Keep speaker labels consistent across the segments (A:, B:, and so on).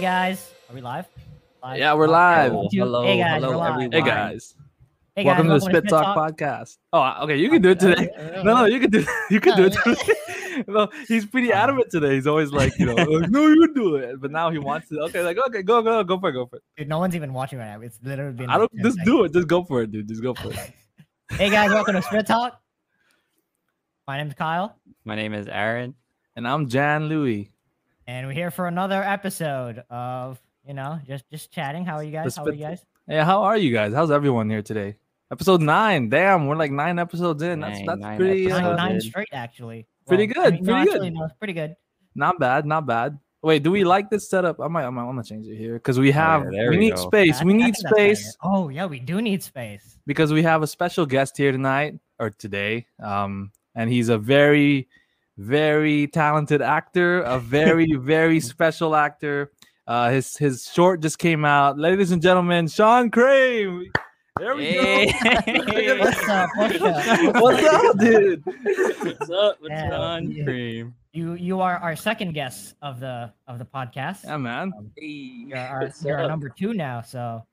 A: guys. Are we live? live?
B: Yeah, we're live.
A: Welcome to- hey guys, we're live.
B: Hey guys.
A: Hey guys,
B: welcome to the Spit Talk, podcast. Oh, okay, you can do it today. No, no, you can do you can do it
A: Oh,
B: today. no, he's pretty adamant today. He's always like, you know, like, no, you do it. But now he wants to. Okay, like okay, go go go for it, go for it.
A: Dude, no one's even watching right now. It's literally been.
B: I
A: like
B: don't
A: 10
B: just
A: seconds.
B: do it. Just go for it, dude. Just go for it.
A: Hey guys, welcome to Spit Talk. My name's Kyle,
C: My name is Aaron.
B: And I'm Jan Louis,
A: and we're here for another episode of you know just just chatting. How are you guys? How are
B: Spit
A: you guys?
B: Hey, how are you guys? How's everyone here today? Episode nine. Damn, we're like nine episodes in. That's
C: Nine-
B: that's
C: nine
B: pretty
A: Nine,
C: episodes
B: uh,
A: nine
C: good.
A: straight actually.
B: Pretty
A: Well,
B: good,
A: no,
B: pretty good.
A: actually, no, it's pretty good.
B: Not bad, not bad. Wait, do we like this setup? I might, I might want to change it here because we have
C: Oh, there
B: we
C: we
B: need
C: go.
A: I
B: space. We
A: think- I
B: need
A: think that's better.
B: space
A: Oh yeah, we do need space.
B: because we have a special guest here tonight or today. Um, and he's a very, very talented actor, a very, very special actor. Uh, his his short just came out, ladies and gentlemen. Sean Crane. There we go.
C: Hey.
A: What's up? What's up?
B: What's up, dude?
C: What's up? What's
A: Yeah.
C: on
A: Yeah.
C: cream?
A: You you are our second guest of the of the podcast.
B: Yeah, man.
A: You're our, you're our number two now, so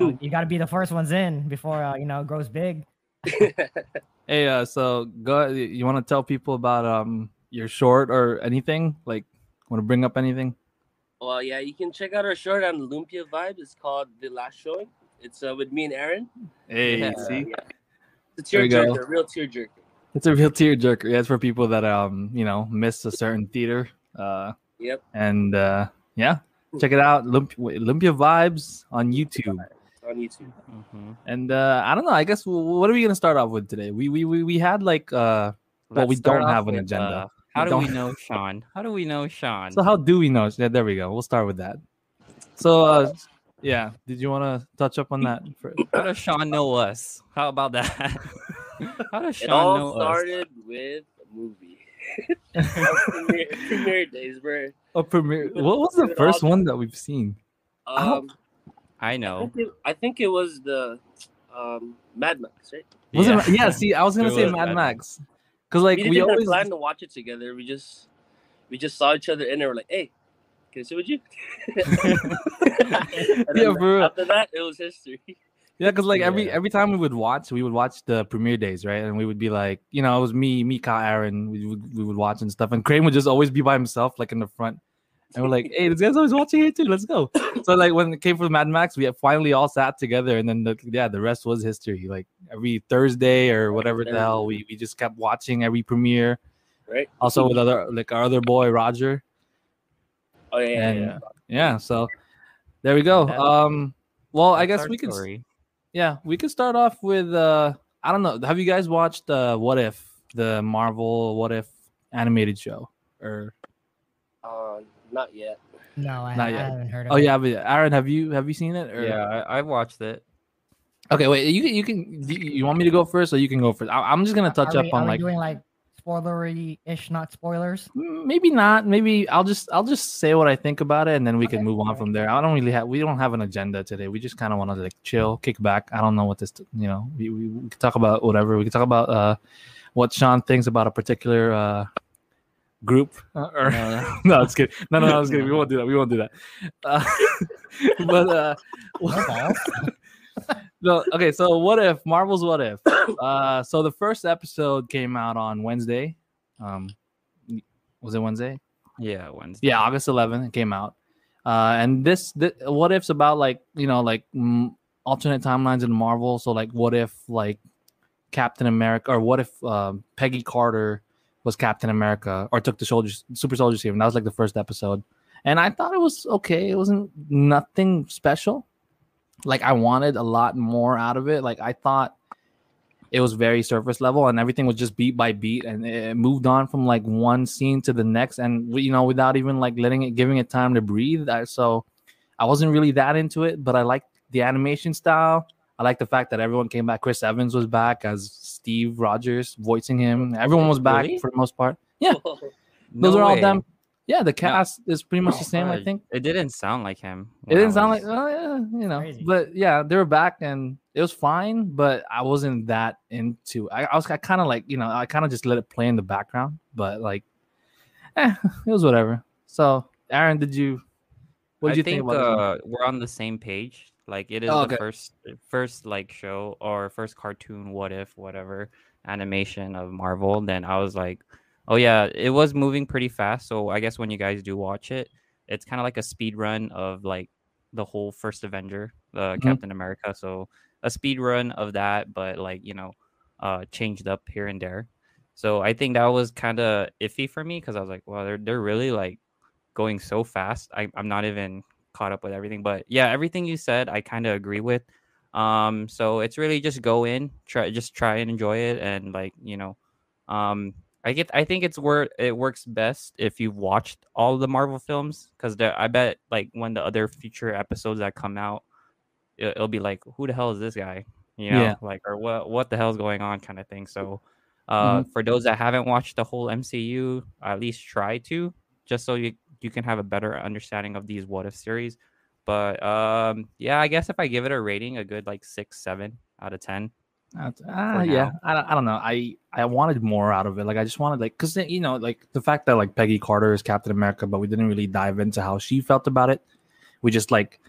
A: uh, you got to be the first ones in before uh, you know it grows big.
B: Hey, uh, so go. You want to tell people about um your short or anything? Like, want to bring up anything?
D: Well, yeah, you can check out our short on Lumpia Vibe. It's called The Last Showing. It's uh, with me and Aaron.
B: Hey,
C: Yeah.
B: see,
D: It's a
B: There
D: tear
B: you go.
D: jerker, real tear jerker.
B: it's a real tearjerker. Yeah, it's for people that um you know miss a certain theater. Uh,
D: Yep.
B: and uh, yeah, check it out. Lump- wait, Lumpia Vibes on YouTube.
D: It's on YouTube.
C: Mhm.
B: And uh, I don't know. I guess w- what are we gonna start off with today? We we we, we had like uh. Well, we
C: Let's start
B: don't
C: off
B: have an
C: with,
B: agenda.
C: uh, how
B: We
C: do we
B: don't-
C: know Sean? How do we know Sean?
B: So how do we know? Yeah, there we go. We'll start with that. So uh, yeah, did you want to touch up on that? For-
C: How does Sean know us? How about that? how does
D: It
C: Sean know
D: all
C: us?
D: started with a movie. premiere, premiere days, bro.
B: A premiere.
D: Dude,
B: Oh, What was the
D: dude,
B: first
D: all-
B: one that we've seen?
D: Um,
C: I
D: I,
C: know.
D: think it, I think it was the um, Mad Max, right?
B: Was
C: yeah.
B: it? Yeah. See, I was gonna
C: It
B: say
C: was
B: Mad
C: Mad
B: Max, because like
D: we
B: we,
D: didn't even
B: always.
D: plan to watch it together. We just we just saw each other and they were like, hey, can I sit with you? And then
B: Yeah, for real.
D: After that, it was history.
B: Yeah, because like every
C: Yeah.
B: every time we would watch, we would watch the premiere days, right? And we would be like, you know, it was me, me, Kyle, Aaron. We would we would watch and stuff, and Crane would just always be by himself, like in the front. And we're like, hey, this guy's always watching here too. Let's go. So like when it came for Mad Max, we finally all sat together, and then the, yeah, the rest was history. Like every Thursday or whatever the hell, we we just kept watching every premiere.
D: Right?
B: Also with other like our other boy Roger.
D: Oh, yeah, yeah,
B: And
D: yeah.
B: yeah, so there we go.
C: That-
B: Um, well, I
C: That's
B: guess
C: our
B: we could. s-
C: story.
B: Yeah, we could start off with uh I don't know. Have you guys watched uh What If, the Marvel What If animated show? Or
D: Uh, not yet.
A: No, I,
B: Not
A: I
B: yet.
A: haven't heard of
B: Oh
A: it.
B: yeah, but Aaron, have you have you seen it? Or...
C: Yeah, I, I watched it.
B: Okay, wait. You can you can do you you want me to go first or you can go first? I, I'm just going to touch
A: are
B: up
A: we, are
B: on
A: we
B: like
A: doing like spoilery ish, not spoilers.
B: Mm, maybe not maybe i'll just i'll just say what i think about it and then we can
A: Okay,
B: move on
A: alright.
B: from there i don't really have we don't have an agenda today we just kind of want to like chill kick back i don't know what this you know we, we, we could talk about whatever we could talk about uh what sean thinks about a particular uh group uh, or
C: No,
B: no it's good no no no it's good we won't do that we won't do that uh, but uh
A: No balls.
B: no, okay, so what if Marvel's What If? Uh, so the first episode came out on Wednesday. Um, was it Wednesday?
C: Yeah, Wednesday.
B: yeah august 11th it came out uh and this, th- what if's about like you know like mm, alternate timelines in marvel so like what if like captain america or what if um, peggy carter was captain america or took the soldiers super soldier serum that was like the first episode and i thought it was okay it wasn't nothing special like i wanted a lot more out of it like i thought it was very surface level and everything was just beat by beat and it it moved on from like one scene to the next and we- you know without even like letting it giving it time to breathe I, so i wasn't really that into it but i liked the animation style i like the fact that everyone came back chris evans was back as steve rogers voicing him everyone was back
C: Really?
B: for the most part yeah
C: No
B: those are all
C: way.
B: them yeah the cast is pretty much the same i
C: Alright.
B: think
C: It didn't sound like him.
B: it
C: when I
B: didn't sound like
C: was-
B: oh yeah, you know.
A: Crazy.
B: But yeah, they were back and it was fine, but I wasn't that into I, I was I kinda like, you know, I kinda just let it play in the background, but like eh, it was whatever. So Aaron, did you What
C: I
B: did you
C: think,
B: think, about
C: uh, we're on the same page. Like it is
B: Oh,
C: the
B: okay.
C: first first like show or first cartoon what if whatever animation of Marvel. Then I was like, oh yeah, it was moving pretty fast. So I guess when you guys do watch it, it's kind of like a speed run of like the whole first Avenger, uh,
B: Mhm.
C: Captain America. So a speed run of that, but like you know, uh, changed up here and there. So I think that was kind of iffy for me because I was like, well, they're they're really like going so fast. I, I'm not even caught up with everything, but yeah, everything you said, I kind of agree with. Um, so it's really just go in, try, just try and enjoy it, and like you know, um, I get, I think it's where it works best if you've watched all the Marvel films, because I bet like when the other future episodes that come out, it, will be like, who the hell is this guy? You know,
B: Yeah.
C: like or what what the hell's going on kind of thing. So, uh, for those that haven't watched the whole MCU, at least try to, just so you you can have a better understanding of these what if series. But um, yeah, I guess if I give it a rating, a good like six, seven out of ten.
B: That's- ah,
C: for
B: yeah,
C: now.
B: I don't, I don't know. I I wanted more out of it. Like I just wanted like because you know like the fact that like Peggy Carter is Captain America, but we didn't really dive into how she felt about it. We just like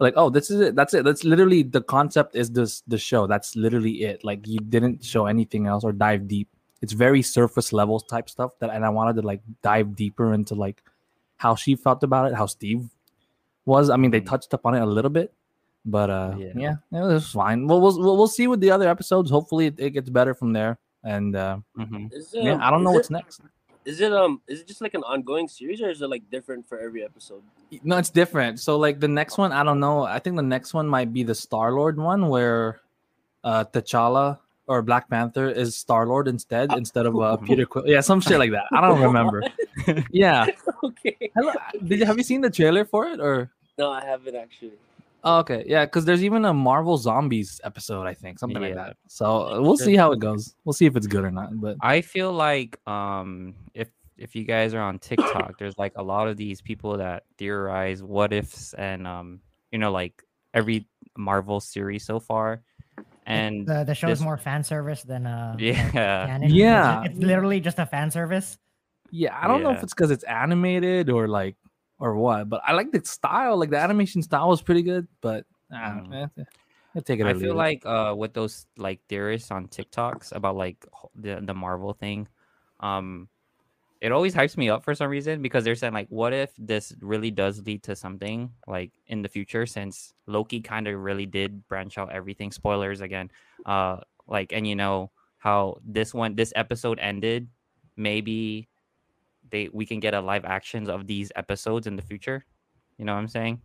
B: like oh this is it that's it that's literally the concept is this the show that's literally it like you didn't show anything else or dive deep it's very surface level type stuff that and i wanted to like dive deeper into like how she felt about it how steve was i mean they
C: Mhm.
B: touched upon it a little bit but uh
C: Yeah.
B: yeah, it was fine well we'll we'll, we'll see with the other episodes hopefully it, it gets better from there and uh
C: Mm-hmm.
D: Is,
B: yeah
D: um,
B: i don't know
D: is
B: what's
D: it,
B: next
D: Is it um? Is it just like an ongoing series, or is it like different for every episode?
B: no it's different so like the next one i don't know i think the next one might be the star lord one where uh t'challa or black panther is star lord instead instead of uh, peter quill yeah some shit like that i don't remember yeah
D: okay.
B: Hello, did you have you seen the trailer for it or
D: No, I haven't actually.
B: oh, okay yeah because there's even a marvel zombies episode i think something like
C: Yeah.
B: that so uh, we'll see how it goes we'll see if it's good or not but
C: I feel like um, if if you guys are on TikTok, there's like a lot of these people that theorize what ifs and um, you know, like every Marvel series so far, and
A: the, the show is
C: this-
A: more fan service than uh like,
C: yeah,
A: canon. It's-
B: Yeah.
A: it's, literally just a fan service.
B: Yeah, I don't know if
C: Yeah.
B: it's because it's animated or like or what, but I like the style. Like the animation style was pretty good, but I don't
C: Mm.
B: know. eh, I'll take it.
C: I
B: or leave it.
C: feel like uh with those like theorists on TikToks about like ho- the the Marvel thing, um, it always hypes me up for some reason because they're saying like, what if this really does lead to something like in the future? Since Loki kind of really did branch out everything. Spoilers again. Uh, like and you know how this one this episode ended, maybe they we can get a live actions of these episodes in the future. You know what I'm saying?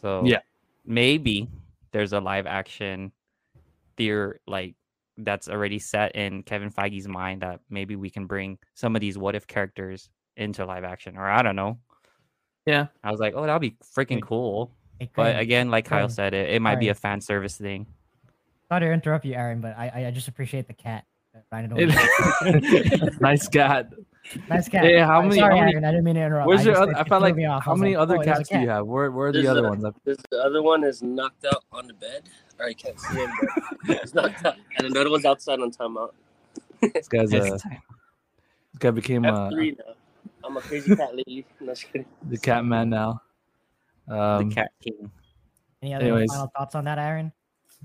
C: So
B: Yeah.
C: maybe there's a live action theory like that's already set in Kevin Feige's mind that maybe we can bring some of these what if characters into live action or I don't know.
B: Yeah.
C: I was like, oh, that'll be freaking
B: Wait.
C: cool.
A: It
C: But
A: could-
C: again, like Kyle
A: Good.
C: said, it, it might be
A: Sorry.
C: a fan service thing.
A: Sorry to interrupt you, Aaron, but I I- I just appreciate the cat. that ran it over.
B: It- nice cat.
A: nice cat.
B: Yeah, how
A: I'm
B: many-
A: Sorry,
B: how many-
A: Aaron, I didn't mean to interrupt.
B: Where's
A: I
B: your?
A: just-
B: Other,
A: it-
B: I
A: it
B: felt
A: threw
B: like
A: me off. I
B: how
A: was
B: many
A: like,
B: other
A: oh, there's a
B: cats do you
A: cat.
B: have? Where Where are the
D: There's
B: other
D: a-
B: ones? I-
D: This the other one is knocked out on the bed, or I can't see him. But it's knocked out, and another one's outside on timeout.
B: This guy's
C: It's
B: uh, this guy became
D: I have
B: uh,
D: three now. I'm a crazy cat lady. No, just kidding.
B: the cat man now. Um,
C: the Cat King.
A: Any other
B: Anyways.
A: final thoughts on that, Aaron?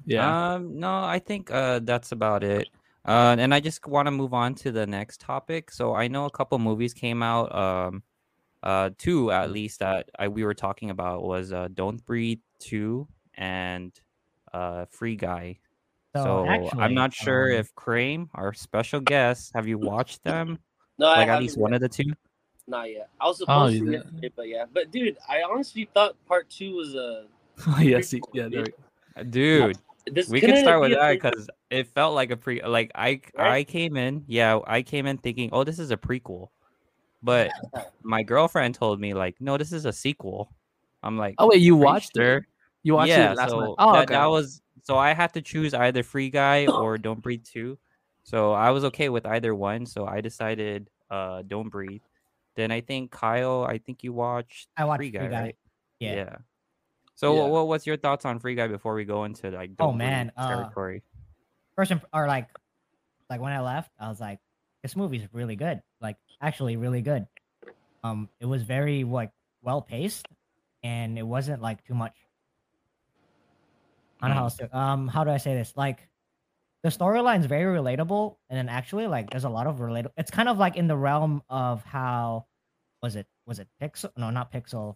B: Yeah.
C: Um, no, I think uh, that's about it. Uh, and I just want to move on to the next topic. So I know a couple movies came out. Um, uh, two at least that I we were talking about was uh, Don't Breathe Two and uh, Free Guy. So, I'm
A: Oh, actually,
C: not sure
A: um,
C: if Crane, our special guest, have you watched them?
D: No, I
C: Like at
D: haven't
C: least one
D: yet.
C: of the two.
D: Not yet. I was supposed
B: Oh, you
D: to
B: didn't.
D: yesterday, but yeah. But dude, I honestly thought part two was uh, a
B: yes. he- Yeah. There we
C: Uh, Dude,
D: this.
C: we
D: couldn't
C: can
D: it
C: start
D: be
C: with
D: a
C: that
D: prequel?
C: because it felt like a pre like i
D: Right?
C: i came in yeah i came in thinking oh this is a prequel but my girlfriend told me like no this is a sequel i'm like
B: Oh wait, you
C: "Are you
B: watched
C: sure?"
B: it? You watched
C: yeah,
B: it last
C: so
B: night. Oh,
C: that,
B: okay.
C: that was so I had to choose either Free Guy or Don't Breathe 2. So I was okay with either one. So I decided uh Don't Breathe. Then I think Kyle, I think you watched
A: I watched
C: Free Guy,
A: Free Guy,
C: right?
A: yeah.
C: So
B: Yeah.
C: what, what what's your thoughts on Free Guy before we go into like
A: Oh,
C: Don't Breathe
A: man, uh,
C: territory?
A: first imp- or like like when I left, I was like, this movie's really good. Like actually really good. Um it was very like well paced, and it wasn't like too much.
B: Hmm.
A: I don't know how else to, um how do I say this? Like the storyline's very relatable, and then actually like there's a lot of relatable. It's kind of like in the realm of how was it was it Pixel? No, not Pixel.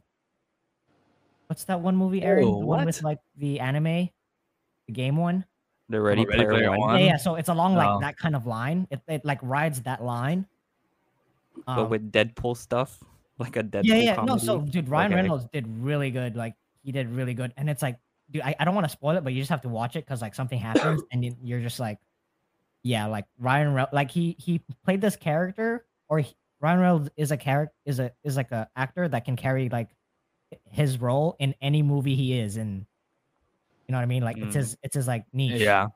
A: What's that one movie, Aaron?
B: Oh,
A: the one
B: what?
A: with like the anime, the game one.
C: The Ready,
B: Ready
C: Player,
B: Player
C: One.
B: One.
A: Yeah, yeah, so it's along like
C: Uh,
B: No.
A: that kind of line. It, it like rides that line.
C: but
A: Um,
C: with Deadpool stuff, like a Deadpool
A: yeah, yeah, no.
C: comedy.
A: So, dude, Ryan
C: Okay.
A: Reynolds did really good. Like, he did really good, and it's like, dude, I, I don't want to spoil it, but you just have to watch it because like something happens, and you- you're just like, yeah, like Ryan, Re- like he he played this character, or he, Ryan Reynolds is a character is a is like a actor that can carry like his role in any movie he is in. You know what I mean? Like it's
C: Mm.
A: his it's his like niche.
B: Yeah.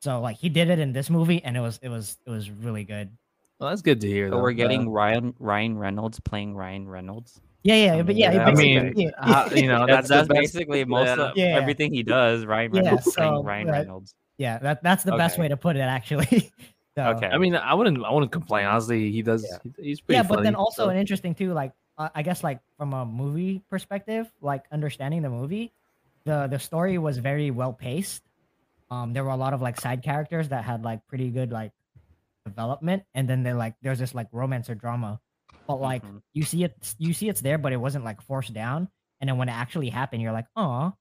A: So like he did it in this movie, and it was it was it was really good.
B: Well, that's good to hear.
C: So
B: though.
C: we're
B: Uh,
C: getting Ryan Ryan Reynolds playing Ryan Reynolds.
A: Yeah, yeah, but
C: Something
A: yeah,
C: like
A: it
C: that.
B: I
A: basically-
B: mean,
A: yeah,
B: how- you know,
C: that's
B: that's,
C: that's
B: the best.
C: basically most of
A: uh, Yeah.
C: everything he does. Ryan
A: Yeah,
C: Reynolds
A: so,
C: playing Ryan
A: right.
C: Reynolds.
A: yeah. That that's the best way
C: Okay.
A: to put it, actually. So-
C: Okay.
B: I mean, I wouldn't. I wouldn't complain. Honestly, he does.
C: Yeah.
B: he- He's pretty.
A: yeah, but then
B: funny,
A: also
B: so-
A: an interesting too, like uh, I guess like from a movie perspective, like understanding the movie, the the story was very well paced. Um, there were a lot of like side characters that had like pretty good like development, and then they like there's this like romance or drama, but like
C: Mhm.
A: you see it, you see it's there, but it wasn't like forced down. And then when it actually happened, you're like, oh,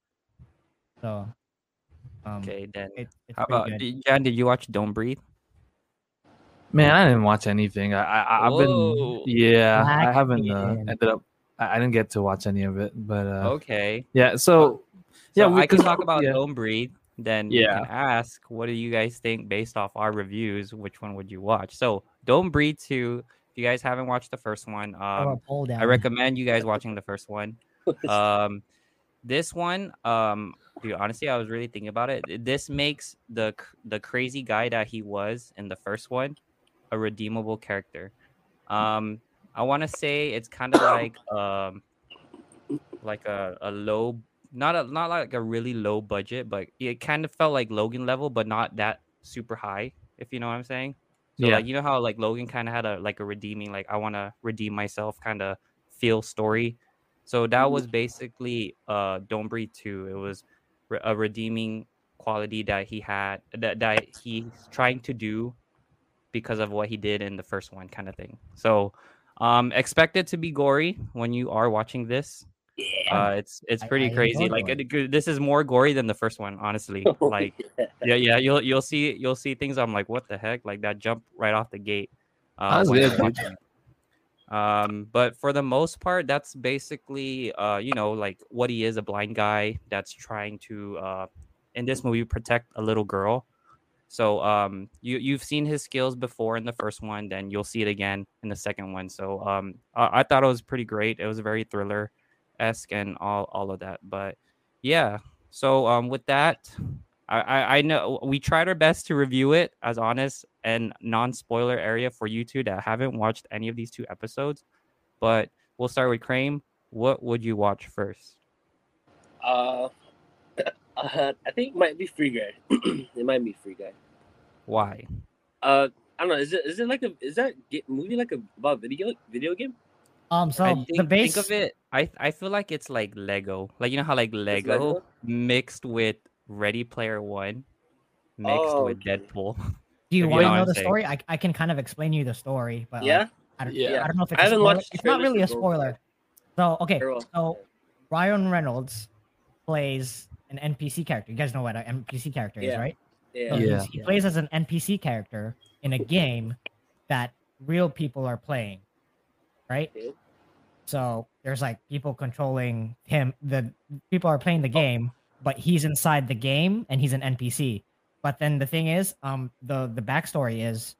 A: so. Um,
C: Okay, then.
A: it, it's
C: How
A: pretty
C: about
A: good.
C: did- Jan? Did you watch Don't Breathe?
B: Man, I didn't watch anything. I, I I've been
C: Whoa.
B: yeah, I
A: Black
B: haven't uh,
A: man.
B: ended up. I, I didn't get to watch any of it, but uh,
C: Oh. Okay,
B: yeah. So yeah,
C: yeah, so
B: we
C: I can
B: could-
C: talk about
B: yeah.
C: Don't Breathe. Then
B: Yeah.
C: you can ask, what do you guys think based off our reviews? Which one would you watch? So Don't Breathe two. If you guys haven't watched the first one,
A: Throw a
C: um,
A: poll down.
C: I recommend you guys watching the first one. Um, this one, um, dude, honestly, I was really thinking about it. This makes the c- the crazy guy that he was in the first one a redeemable character. Um, I want to say it's kind of like um, like a, a low, not a not like a really low budget, but it kind of felt like Logan level, but not that super high. If you know what I'm saying. So
B: yeah,
C: like you know how like Logan kind of had a like a redeeming like I want to redeem myself kind of feel story. So that was basically uh Don't Breathe 2. It was re- a redeeming quality that he had that that he's trying to do because of what he did in the first one kind of thing. So um expect it to be gory when you are watching this.
D: Yeah.
C: Uh it's it's
A: I-
C: pretty
A: I enjoy
C: crazy. Like
A: gore.
C: it- this is more gory than the first one, honestly. Like yeah, yeah. You'll you'll see you'll see things. I'm like, what the heck? Like that jump right off the gate. Uh,
B: That's
C: when I
B: good, dude.
C: watch it. Um, but for the most part, that's basically uh, you know, like what he is—a blind guy that's trying to, uh, in this movie, protect a little girl. So um, you you've seen his skills before in the first one, then you'll see it again in the second one. So um, I, I thought it was pretty great. It was very thriller esque and all all of that. But yeah, so um, with that, I, I I know we tried our best to review it as honest and non spoiler area for you two that haven't watched any of these two episodes. But we'll start with Crane. What would you watch first?
D: Uh, uh, I think it might be Free Guy. it might be Free Guy.
C: Why?
D: Uh, I don't know. Is it is it like a is that ga- movie like a about video video game?
A: Um, so
C: I
A: the
C: think,
A: base
C: think of it. I I feel like it's like Lego. Like you know how like Lego,
D: Lego?
C: mixed with Ready Player One, mixed
D: Oh,
C: with
D: okay.
C: Deadpool.
A: Do you
C: if you
A: want
C: know
A: to
C: what
A: know
C: I'm
A: the
C: saying.
A: story? I, I can kind of explain you the story, but like,
D: Yeah.
A: I don't,
B: Yeah.
A: I don't know if it's
D: I
A: a
D: haven't
A: spoiler.
D: watched the
A: It's not
D: trailers
A: really a
D: for both.
A: spoiler. So okay,
D: Very well.
A: so Ryan Reynolds plays an NPC character. You guys know what an NPC character is,
D: Yeah.
A: right? So
D: yeah.
A: he's-
B: Yeah.
A: He plays as an NPC character in a game that real people are playing, right?
D: Okay.
A: So there's like people controlling him. The people are playing the game, but he's inside the game and he's an NPC. But then the thing is, um, the the backstory is,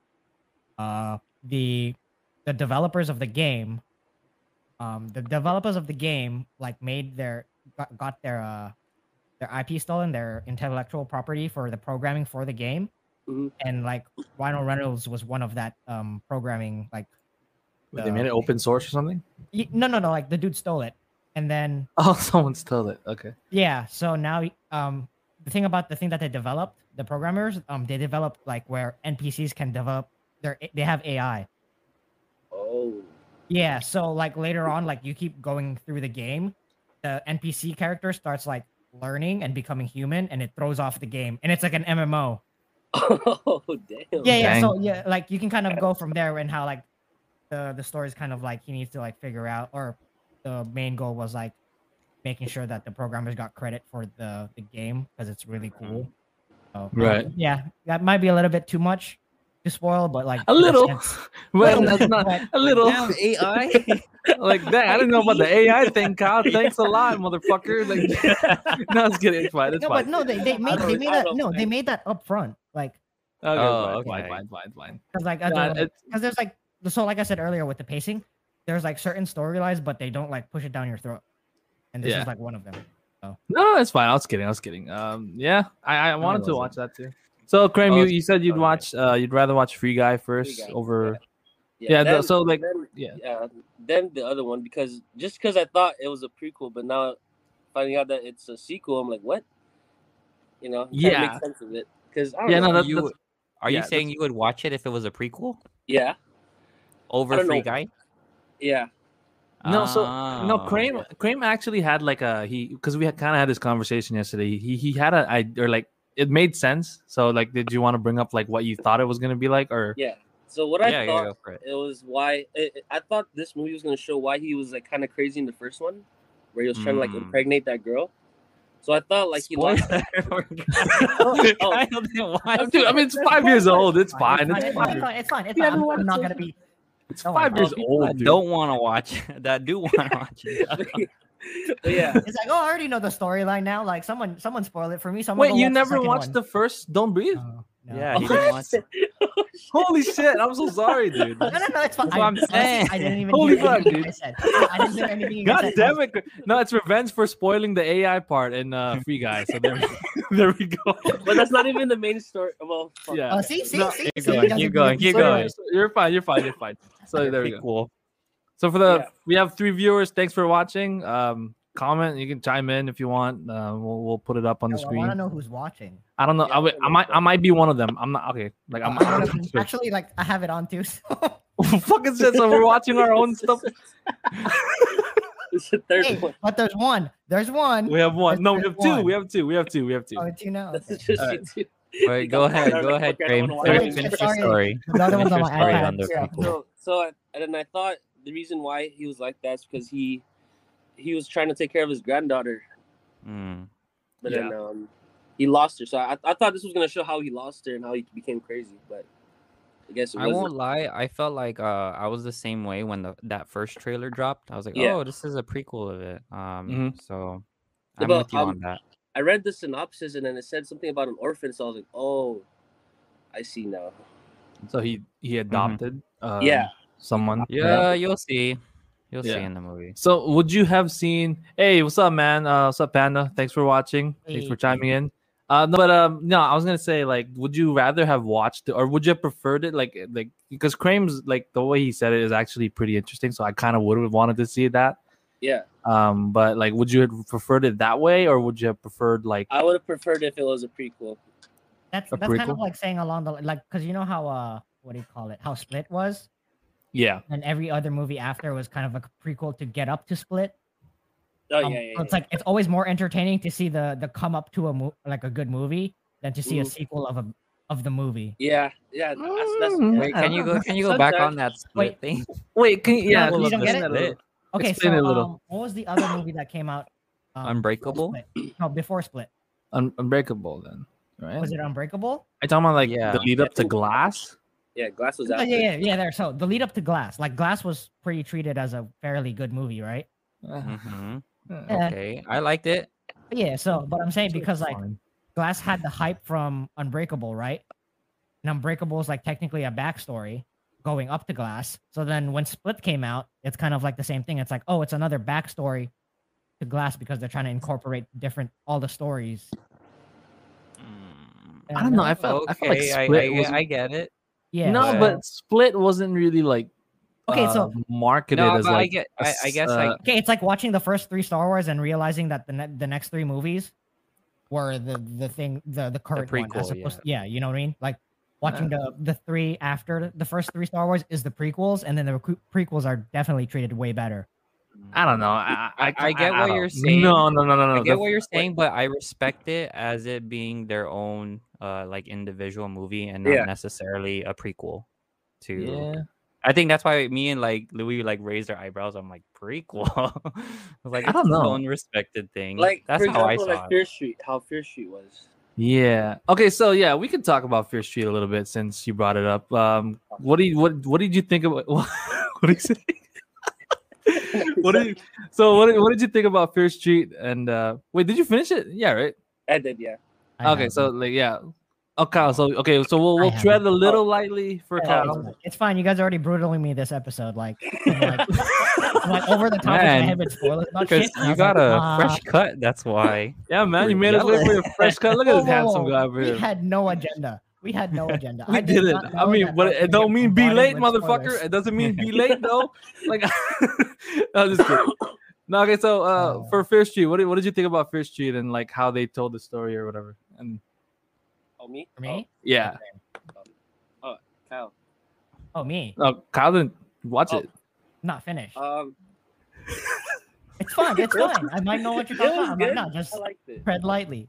A: uh, the the developers of the game, um, the developers of the game like made their got, got their uh their IP stolen, their intellectual property for the programming for the game,
D: Mhm.
A: and like Rhino Reynolds was one of that um programming like
B: Wait, they made it
C: uh,
B: open source or something.
A: y- no no no like the dude stole it, and then
B: Oh, someone stole it. Okay.
A: yeah, so now um the thing about the thing that they developed, the programmers um they developed like where NPCs can develop their they have AI.
D: Oh.
A: Yeah, so like later on, like you keep going through the game, the NPC character starts like learning and becoming human, and it throws off the game, and it's like an MMO.
D: Oh damn.
A: Yeah, yeah.
B: Dang.
A: So yeah, like you can kind of go from there and how like the the story's kind of like he needs to like figure out, or the main goal was like making sure that the programmers got credit for the the game because it's really cool. So,
B: Mm-hmm. Right.
A: Yeah, that might be a little bit too much to spoil, but like
B: A
A: in
B: little.
A: sense-
B: Well, that's not
A: but-
B: a little
C: Damn, AI.
B: like that. I didn't know about the AI thing, Kyle. Thanks a lot, motherfucker. Like, no, it's kidding. It's fine. It's
A: no,
B: fine.
A: but no, they, they made they
D: don't-
A: made
D: I
A: that
D: don't
A: no, they
D: think-
A: made that up front. Like
B: Okay,
C: Oh,
B: fine,
C: okay.
B: fine, fine, fine,
A: because like
B: fine. Uh,
A: because
B: it's-
A: there's like so like I said earlier with the pacing, there's like certain storylines, but they don't like push it down your throat. And this
B: Yeah.
A: is like one of them.
B: no, it's fine. I was kidding. I was kidding. Um, yeah, I, I wanted to
C: wasn't.
B: watch that too. So, Cram,
C: Oh,
B: you,
C: it's-
B: you said you'd
C: oh,
B: watch, uh, you'd rather watch Free Guy first
D: Guy,
B: over,
D: Yeah.
B: yeah. the-
D: then-
B: so, like,
D: then-
B: yeah.
D: yeah. Then the other one because just because I thought it was a prequel, but now finding out that it's a sequel, I'm like, what? You know? kinda
B: Yeah.
D: Make sense of it because
B: Yeah, no, that-
C: you,
B: that's-
C: are
B: yeah,
C: you saying you would watch it if it was a prequel
D: yeah,
C: over
D: don't
C: Free
D: know.
C: Guy?
D: yeah.
B: No, so no,
C: Oh.
B: Crane Crane actually had like a he because we had kind of had this conversation yesterday. He he had a I or like it made sense. So like, did you want to bring up like what you thought it was gonna be like or
D: So what
C: Yeah,
D: I
C: yeah,
D: thought
C: go for it.
D: it was why it, it- I thought this movie was gonna show why he was like kind of crazy in the first one, where he was trying to like
C: Mm.
D: impregnate that girl. So I thought like he
C: Spoiler
D: lost.
C: for Guy.
D: Oh, oh.
C: I don't know why.
B: Oh, dude? I mean, it's five years old. It's fine.
A: It's,
B: It's
A: fine. It's
B: fine.
A: fine. It's fine. It's
B: Yeah,
A: fine. I'm,
B: everyone
A: I'm not
B: says-
A: gonna be.
B: It's
A: Don't
B: five
A: worry.
B: years
A: Oh,
B: old.
C: I
B: dude.
C: don't want to watch it, that. Do want to watch it? Uh,
D: But yeah,
A: It's like oh, I already know the storyline now. Like someone someone spoil it for me. So I'm
B: Wait,
A: gonna
B: you
A: watch
B: never
A: second
B: watched the
A: one.
B: first Don't Breathe?
A: Oh, no.
C: Yeah, he
B: What?
C: didn't watch it.
B: Holy shit! I'm so sorry, dude.
A: No, no, no, it's fine.
C: That's what I'm
A: honestly,
C: saying.
A: I didn't even
B: Holy
A: hear
B: fuck,
A: anything
B: dude.
A: I said. I didn't hear anything you
B: God
A: said.
B: damn it! No, it's revenge for spoiling the AI part in uh, Free Guy. So there, there we go.
D: but that's not even the main story. Well, fuck.
B: Yeah.
A: Oh, see, see,
B: No,
A: see,
C: keep
A: see,
C: going,
A: doesn't
C: keep
A: do
C: going,
A: it.
C: keep
B: So
A: Sorry.
B: anyway, so you're fine. You're fine. You're fine. So there we go.
C: Prequel.
B: So for the
D: Yeah.
B: we have three viewers. Thanks for watching. Um, comment. You can chime in if you want. Uh, we'll we'll put it up on the
A: No, I
B: screen.
A: want to know who's watching.
B: I don't know.
D: Yeah,
B: I, would- I might I might be one of them. I'm not okay. Like I'm.
A: I wanna- actually, like I have it on too. So.
B: Fucking shit. So we're watching our own stuff.
D: It's the third
A: Hey,
D: one.
A: but there's one. There's one.
B: We have one. No, we
A: There's
B: have two.
A: one.
B: We have two. We have two. We have two.
A: Oh, two now.
D: That's
A: Okay.
D: just you
B: Alright.
D: two.
C: Wait,
D: You
C: go
D: got
C: ahead,
D: one
C: go
D: on the
C: ahead,
D: fuck, I
C: Crane.
D: don't wanna
A: Sorry,
D: watch it.
C: Finish your
A: sorry.
C: story.
A: The other one's on
C: Finish
A: my
C: your story
A: iPad.
C: on the
A: Yeah.
C: prequel.
D: So, so I, and then I thought the reason why he was like that's because he he was trying to take care of his granddaughter,
C: Mm.
D: but then um, he lost her. So I, I thought this was gonna show how he lost her and how he became crazy, but I guess it
C: I
D: wasn't.
C: won't lie. I felt like uh, I was the same way when the that first trailer dropped. I was like,
D: Yeah.
C: "Oh, this is a prequel of it." Um,
B: Mhm.
C: so I'm
D: What about,
C: with you
D: um,
C: on that.
D: I read the synopsis and then it said something about an orphan, so I was like, oh, I see now.
B: So he he adopted. Uh,
D: yeah,
B: Someone.
C: Yeah, you'll see. You'll see
B: Yeah.
C: in the movie.
B: So would you have seen? Hey, what's up, man? Uh, what's up, Panda? Thanks for watching. Thanks for
A: Hey.
B: chiming in. Uh, no, but um, no, I was gonna say like, would you rather have watched it or would you have preferred it? Like, like because Crame's like the way he said it is actually pretty interesting. So I kind of would have wanted to see that.
D: yeah.
B: Um, but like, would you have preferred it that way or would you have preferred like?
D: I would have preferred if it was a prequel.
A: That's
B: A
A: that's kind of
B: prequel?
A: like saying along the like because you know how uh what do you call it how Split was
B: Yeah,
A: and every other movie after was kind of a prequel to get up to Split.
D: Oh
A: Um,
D: yeah, yeah.
A: so it's
D: yeah.
A: like it's always more entertaining to see the the come up to a mo- like a good movie than to see a
D: Mhm.
A: sequel of a of the movie.
D: yeah, yeah. That's, that's,
B: Mm,
D: yeah.
C: Wait,
B: I
C: can you
B: don't
C: go? Can you go back on that split thing?
B: wait, can yeah,
A: well,
B: can
A: you
B: you
A: don't get
B: explain
A: it?
B: that a little?
A: Okay,
B: Explain
A: so
B: it a little.
A: um, what was the other movie that came out? um, before
C: Unbreakable?
A: Split? No, before Split
B: Un- Unbreakable then, right?
A: was it Unbreakable?
B: I talking about like
C: Yeah.
B: the lead up to
D: Ooh.
B: Glass.
D: Yeah, Glass was
A: Oh,
D: out.
A: yeah, yeah, yeah. There. So the lead up to Glass, like Glass was pretty treated as a fairly good movie, right?
C: hmm
B: Uh,
A: Yeah.
C: Okay, I liked it.
A: Yeah. So, but I'm saying
B: it's
A: because like
B: fine.
A: Glass had the hype from Unbreakable, right? And Unbreakable is like technically a backstory going up to Glass. So then when Split came out, it's kind of like the same thing. It's like, oh, it's another backstory to Glass because they're trying to incorporate different all the stories.
C: Mm.
B: I don't know.
A: And,
B: I felt I felt like
C: Okay, I,
B: Split
C: I-
B: was
C: I get it.
A: yeah.
B: no,
A: so-
B: but Split wasn't really like
A: Okay,
B: uh,
A: so-
B: marketed
C: No,
B: as
C: but I
B: like
C: get.
B: a
C: I, I
B: s-
C: guess
B: uh,
C: I.
A: okay, it's like watching the first three Star Wars and realizing that the ne- the next three movies were the the thing the the current one as
C: prequel,
A: opposed yeah. yeah, you know what I mean? Like Watching the the three after the first three Star Wars is the prequels, and then the recu- prequels are definitely treated way better.
B: I don't know. I, I,
C: I get what
B: don't-
C: you're saying.
B: No, no, no, no, no.
C: I
B: The-
C: get what you're saying, but I respect it as it being their own uh like individual movie and not
D: Yeah.
C: necessarily a prequel to
B: Yeah.
C: I think that's why me and like Louis like raised our eyebrows. I'm like prequel. I was like
B: I don't
C: it's
B: know.
C: its own respected thing.
D: Like
C: that's
D: for
C: how I
D: example,
C: saw
D: like
C: it.
D: Fear Street, how Fear Street was.
B: Yeah. Okay. So yeah, we could talk about Fear Street a little bit since you brought it up. Um, what do you what What did you think about what, did you say? what did you, so what did, what did you think about Fear Street? And uh, wait, did you finish it? Yeah. Right.
D: I did, yeah.
A: I
B: okay.
A: know.
B: So like yeah. Okay. So okay. So we'll
A: I
B: we'll
A: haven't. Oh.
B: tread a little lightly for
A: Yeah,
B: Kyle.
A: it's- it's fine. You guys already brutaling me this episode. Like, I'm like, I'm like, over the top. I
B: Man.
A: have been spoilers about
C: Because
A: shit. and I
C: you
A: was like,
C: got a
A: "Ah."
C: fresh cut, that's why.
B: Yeah, man. You made us
C: jealous.
B: look for a fresh cut. Look at
A: Whoa,
B: this
A: whoa,
B: handsome
A: whoa.
B: guy over
A: We
B: here.
A: had no agenda. We had no agenda.
B: We
A: did
B: did it.
A: not
B: I
A: know
B: mean,
A: that
B: but
A: was
B: it
A: gonna
B: don't
A: get
B: mean be
A: bombarded
B: late,
A: with
B: motherfucker.
A: spoilers.
B: It doesn't mean be late though. Like, no, just kidding. No, okay, so uh,
A: Uh.
B: for Fear Street, what did, what did you think about Fear Street and like how they told the story or whatever? And
D: Oh me?
A: For me?
B: yeah,
D: Oh, Kyle.
A: Oh, me.
B: no, Kyle didn't watch
D: Oh.
B: it.
A: Not finished.
B: Uh,
D: Um
A: it's fine. It's fine. I might know what you're
D: it
A: talking
D: was
A: about. I might
D: good.
A: not. Just
D: I liked it.
A: spread lightly.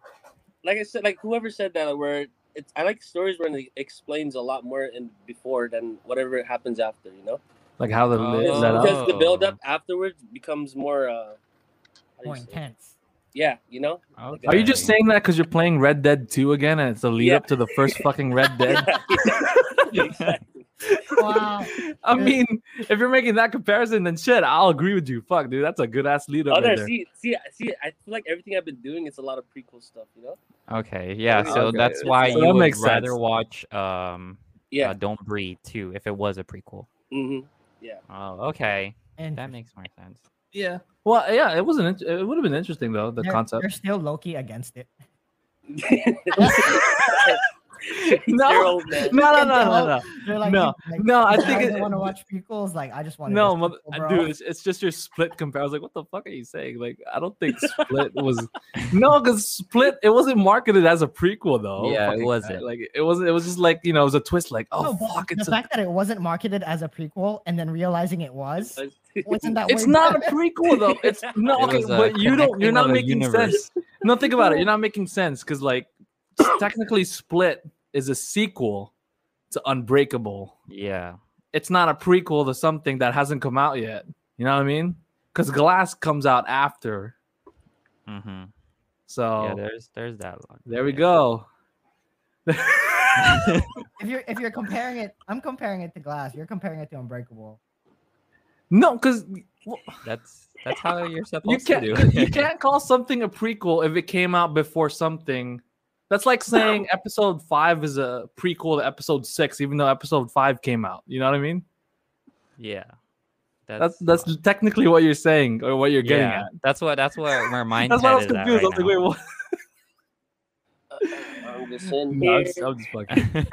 D: Like I said, like whoever said that where it's I like stories where it explains a lot more in before than whatever happens after, you know?
B: Like how they
C: Oh.
B: lit that oh.
D: Because
B: up.
D: because the build up afterwards becomes more uh how do you
A: More
D: say it?
A: intense.
D: Yeah, you know?
B: Are you just
C: Okay.
B: saying that because you're playing Red Dead 2 again and it's a lead
D: Yeah.
B: up to the first fucking Red Dead?
D: exactly.
A: Wow.
B: I mean, if you're making that comparison, then shit, I'll agree with you. Fuck, dude, that's a good ass lead up.
D: Oh, no,
B: Right there.
D: see, see, see, I feel like everything I've been doing is a lot of prequel stuff, you know?
C: Okay, yeah.
D: Okay.
C: So that's why
B: uh, So
C: you
B: that
C: would
B: makes
C: rather
B: sense.
C: watch um
D: Yeah.
C: uh, Don't Breathe too if it was a prequel.
D: hmm
C: Oh, okay.
A: and
C: That makes more sense.
B: Yeah. Well, yeah, it wasn't. int- It would have been interesting though. The
A: they're,
B: concept.
A: They're still Loki against it.
D: They're old
B: no,
D: men.
B: no, no, no, no.
A: They're like,
B: No,
A: like,
B: no, I
A: "Guys,
B: think it-
A: I want to watch prequels. Like, I just want to.
B: No, mother, dude, it's, it's just your split compare. I was like, what the fuck are you saying? Like, I don't think Split was no, because Split it wasn't marketed as a prequel though.
C: Yeah, it
B: Fucking-
C: wasn't.
B: Like, it wasn't. It was just like you know, it was a twist. Like, oh
A: but
B: fuck,
A: the
B: it's a,
A: fact that it wasn't marketed as a prequel and then realizing it was wasn't that
B: it's
A: way
B: not
A: better?
B: a prequel though. It's no,
C: It
B: okay,
C: was, uh,
B: but you don't. You're
C: connecting
B: not
C: other
B: making
C: universe.
B: sense. No, think about it. You're not making sense because like technically, Split is a sequel to Unbreakable.
C: Yeah.
B: it's not a prequel to something that hasn't come out yet. You know what I mean? Because Glass comes out after.
C: Mm-hmm. Yeah.
B: So
C: There's there's that.
B: Oh.
C: Long.
B: there we go.
A: if you're if you're comparing it, I'm comparing it to Glass. You're comparing it to Unbreakable.
B: no, because
C: That's that's how you're
B: you
C: supposed
B: can't
C: to do.
B: you can't call something a prequel if it came out before something. That's like saying episode five is a prequel to episode six, even though episode five came out. You know what I mean?
C: yeah.
B: That's that's
C: not-
B: technically what you're saying or what you're getting
C: yeah, That's what that's what where my
B: at.
C: mind.
B: That's why I was confused. I was like, wait, what?
D: I'm just in
B: No, I'm
D: here.
B: just, I'm just fucking.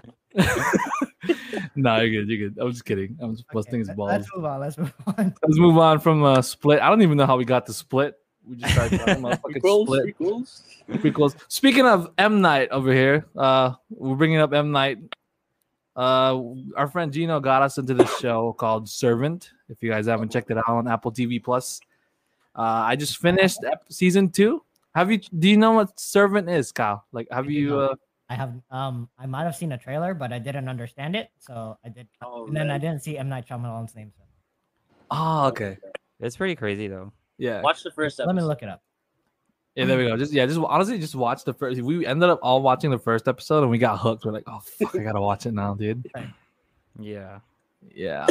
B: no, you're good. You're good. I'm just kidding. I'm just busting his
A: let-
B: balls.
A: Let's move on. Let's move on.
B: Let's move on from uh, split. I don't even know how we got to split. We just started talking about fucking
D: Prequels,
B: split
D: prequels.
B: prequels. Speaking of M Night over here, uh, we're bringing up M Night. Uh, our friend Gino got us into this show called Servant. If you guys haven't checked it out on Apple TV Plus, uh, I just finished ep- season two. Have you? Do you know what Servant is, Kyle? Like, have
A: do
B: you?
A: not.
B: Uh,
A: I have um I might have seen a trailer, but I didn't understand it, so I did.
D: Oh,
A: And then I
D: man.
A: didn't see M Night Shyamalan's name. So
B: oh, okay.
C: It's pretty crazy though.
B: Yeah.
D: Watch the first episode.
A: let me look it up.
B: Yeah, there we go. Just yeah, just honestly, just watch the first. We ended up all watching the first episode, and we got hooked. We're like, oh fuck, I gotta watch it now, dude.
C: Yeah.
B: Yeah,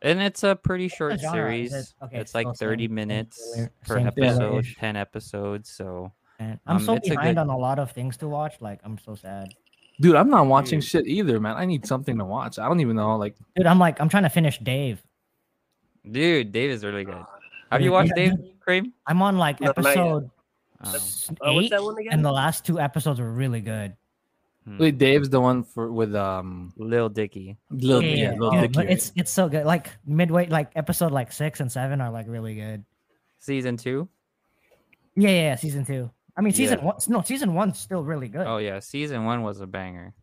C: And it's a pretty short
A: What genre is
C: series.
A: it? Okay,
C: it's like
A: so same-
C: 30
A: same
C: minutes
A: trailer-
C: per
A: same
C: episode,
A: trailer-ish.
C: 10 episodes. So
A: And I'm
C: Um,
A: so
C: it's a
A: behind
C: good-
A: on a lot of things to watch. Like I'm so sad,
B: dude, I'm not watching
C: Dude.
B: shit either, man. I need something to watch. I don't even know. Like,
A: dude. I'm like I'm trying to finish Dave.
C: dude, Dave is really good. Have
A: Yeah,
C: you watched
A: yeah.
C: Dave Cream?
A: I'm on like
D: No, not yet.
A: episode
C: Oh.
D: Uh, what's
A: eight,
D: that one again?
A: and the last two episodes were really good.
C: Hmm.
B: wait, Dave's the one for with um,
C: Lil Dicky.
B: Lil, yeah, Lil
A: yeah,
B: Dicky,
A: but
B: right?
A: it's it's so good. Like midway, like episode like six and seven are like really good.
C: Season two?
A: Yeah, yeah, yeah, season two. I mean,
C: Yeah.
A: season one. No, season one's still really good.
C: Oh yeah, season one was a banger.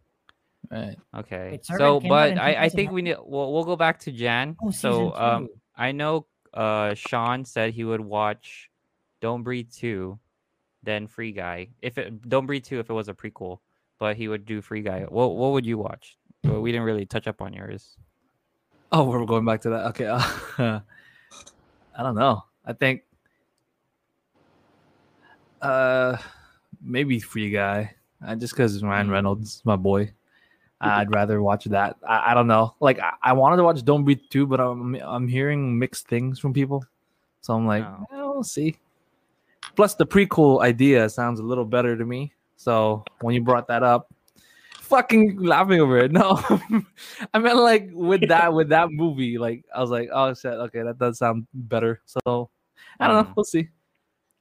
B: Right.
C: Okay.
A: Wait, Servant
C: so,
A: came out
C: but
A: in
C: I, I think we
A: 2011?
C: need. We'll, we'll go back to Jan.
A: Oh, season
C: so, um,
A: two.
C: I know, uh, Sean said he would watch Don't Breathe two, then Free Guy. If it Don't Breathe two, if it was a prequel, but he would do Free Guy. What What would you watch? Well, we didn't really touch up on yours.
B: Oh, we're going back to that. Okay. uh, I don't know. I think uh maybe Free Guy. Uh, just because Ryan
C: Mm.
B: Reynolds, my boy. I'd rather watch that. I, I don't know. Like I, I wanted to watch Don't Breathe 2, but I'm I'm hearing mixed things from people. So I'm like,
C: Oh.
B: "Eh, we'll see. Plus the prequel idea sounds a little better to me. So when you brought that up, fucking laughing over it. No, I mean like with that with that movie, like I was like, oh shit, okay, that does sound better. So I don't know,
C: Mm.
B: we'll see.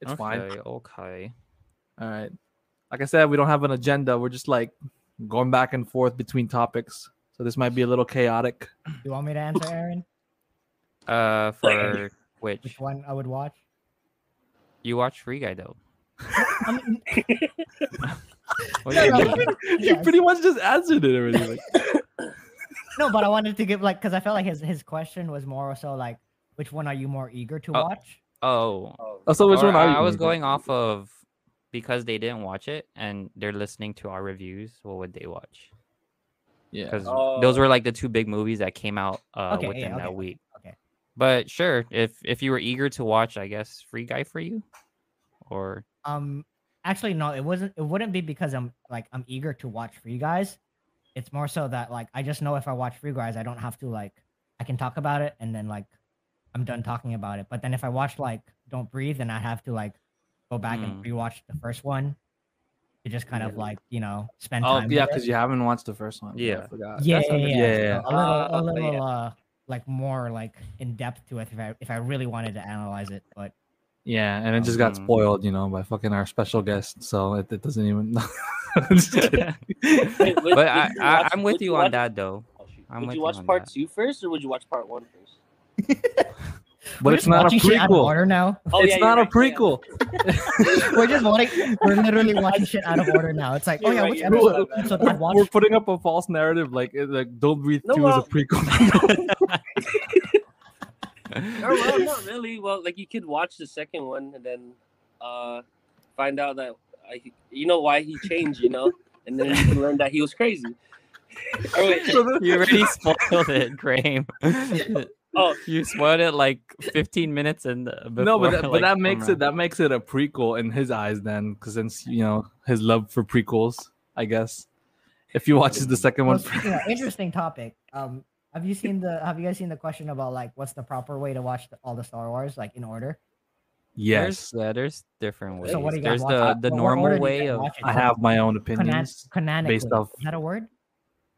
B: It's fine.
C: Okay, Okay.
B: All right. Like I said, we don't have an agenda. We're just like going back and forth between topics. So this might be a little chaotic.
A: You want me to answer, Aaron?
C: Uh, for which
A: Which one I would watch?
C: you watch Free Guy though.
A: I mean,
C: What
A: Yeah,
C: do
A: no,
C: you mean?
A: no, no.
B: You
A: Yes.
B: pretty much just answered it already. Like,
A: no, but I wanted to give like because I felt like his his question was more so like which one are you more eager to
C: Oh.
A: watch?
C: Oh,
D: Oh,
B: oh, so which
C: Or
B: one are
C: I-
B: you?
C: I was going off of because they didn't watch it and they're listening to our reviews. What would they watch?
B: Yeah.
C: Because those
D: Oh.
C: were like the two big movies that came out uh,
A: Okay, yeah,
C: within
A: okay,
C: that
A: okay,
C: week.
A: okay.
C: But sure, if if you were eager to watch, I guess Free Guy for you, or
A: Um, actually, no, it wasn't. It wouldn't be because I'm like I'm eager to watch Free Guys. It's more so that like I just know if I watch Free Guys, I don't have to like I can talk about it and then like I'm done talking about it. But then if I watch like Don't Breathe, then I have to like go back and
B: Mm.
A: rewatch the first one to just kind of
D: Yeah.
A: like you know spend
B: Oh
A: time. with
B: yeah,
A: it.
B: because you haven't watched the first one.
C: Yeah.
B: I forgot.
A: yeah,
B: That's
A: yeah,
B: not Oh.
A: yeah,
B: good.
A: yeah.
B: yeah, yeah.
A: So A little, a
D: Uh,
A: little,
D: yeah.
A: uh, like more like in depth to it if I if I really wanted to analyze it. But
B: Yeah, and it just got
C: Mhm.
D: Um,
B: spoiled, you know, by fucking our special guest. So it, it doesn't even. Just kidding.
D: Wait, would-
C: but
D: would
C: I, I
D: you watch-
C: I'm with
D: would
C: you on
D: watch-
C: that though.
D: Oh, shoot.
C: I'm with
D: would
C: you
D: you watch
C: on
D: part
C: that.
D: two first, or would you watch part one first?
B: but
A: we're
B: it's
A: just
B: not a
A: watching shit out of
B: prequel.
A: order now.
D: Oh,
B: it's
D: yeah, you're
B: not a
D: right, yeah, yeah.
B: prequel.
A: We're just watching. We're literally watching shit out of order now. It's like, oh
D: You're
A: yeah,
D: right,
A: which
D: you're
A: episode?
B: right.
A: which episode I
B: We're,
A: watched?
B: we're putting up a false narrative, like it- like Don't Breathe
D: No,
B: Two
D: well-
B: is a prequel.
D: No, well, not really. Well, like you could watch the second one and then uh, find out that I, you know why he changed, you know, and then you can learn that he was crazy. Or wait,
B: So the-
C: you already spoiled it, Graham.
D: Oh.
C: you spoiled it like 15 minutes and before,
B: no, but that, but
C: like,
B: that makes
C: around.
B: it that makes it a prequel in his eyes, then, because since you know his love for prequels, I guess. If he watches the second
A: Well,
B: one,
A: speaking of interesting topic, um, have you seen the? Have you guys seen the question about like what's the proper way to watch the, all the Star Wars like in order?
B: yes,
C: There's, uh, there's different ways.
A: So what do you guys
C: there's
A: watch?
C: the,
A: Uh,
C: the
A: what- what order do
C: normal
A: you
C: way
A: guys
C: of
A: watch it?
B: I have my own
A: Canon-
B: opinions.
A: canonically, is
B: off-
A: that a word?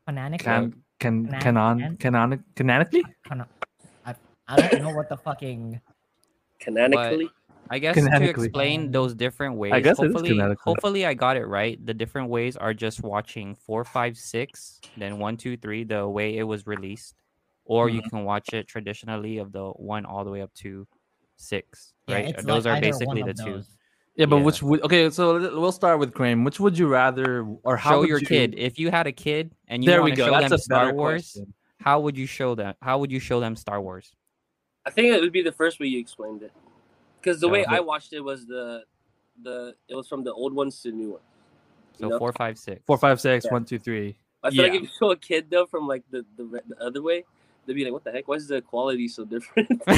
A: Canonically.
B: Can can
A: Canon-
B: canon canon canonically
A: Cano- I, I don't know what the fucking.
D: canonically,
C: I guess to
B: Canonically.
C: explain those different ways.
B: guess it is
C: hopefully,
B: canonically.
C: hopefully I got it right. The different ways are just watching four, five, six, then one, two, three, the way it was released, or
B: Mm-hmm.
C: you can watch it traditionally of the one all the way up to six.
A: Yeah,
C: right,
A: it's
C: those
A: like
C: are
A: either
C: basically
A: one
C: the
A: of
C: two.
A: those.
B: yeah but
C: Yeah.
B: which would okay so l- we'll start with Graham which would you rather or how
C: show
B: would
C: your
B: you-
C: kid if you had a kid and you
B: there we
C: want to
B: go
C: show
B: that's
C: them
B: a
C: Star
B: better
C: Wars.
B: question.
C: How would you show them? How would you show them Star Wars?
D: I think it would be the first way you explained it, because the
C: Yeah,
D: way
C: but-
D: I watched it was the the it was from the old ones to the new ones.
C: So
D: Yep.
C: four, five, six.
B: four five six
D: Yeah.
B: one two three
D: I feel like
C: Yeah.
D: if you show a kid though from like the, the re- the other way, they'd be like, "What the heck? Why is the quality so different?"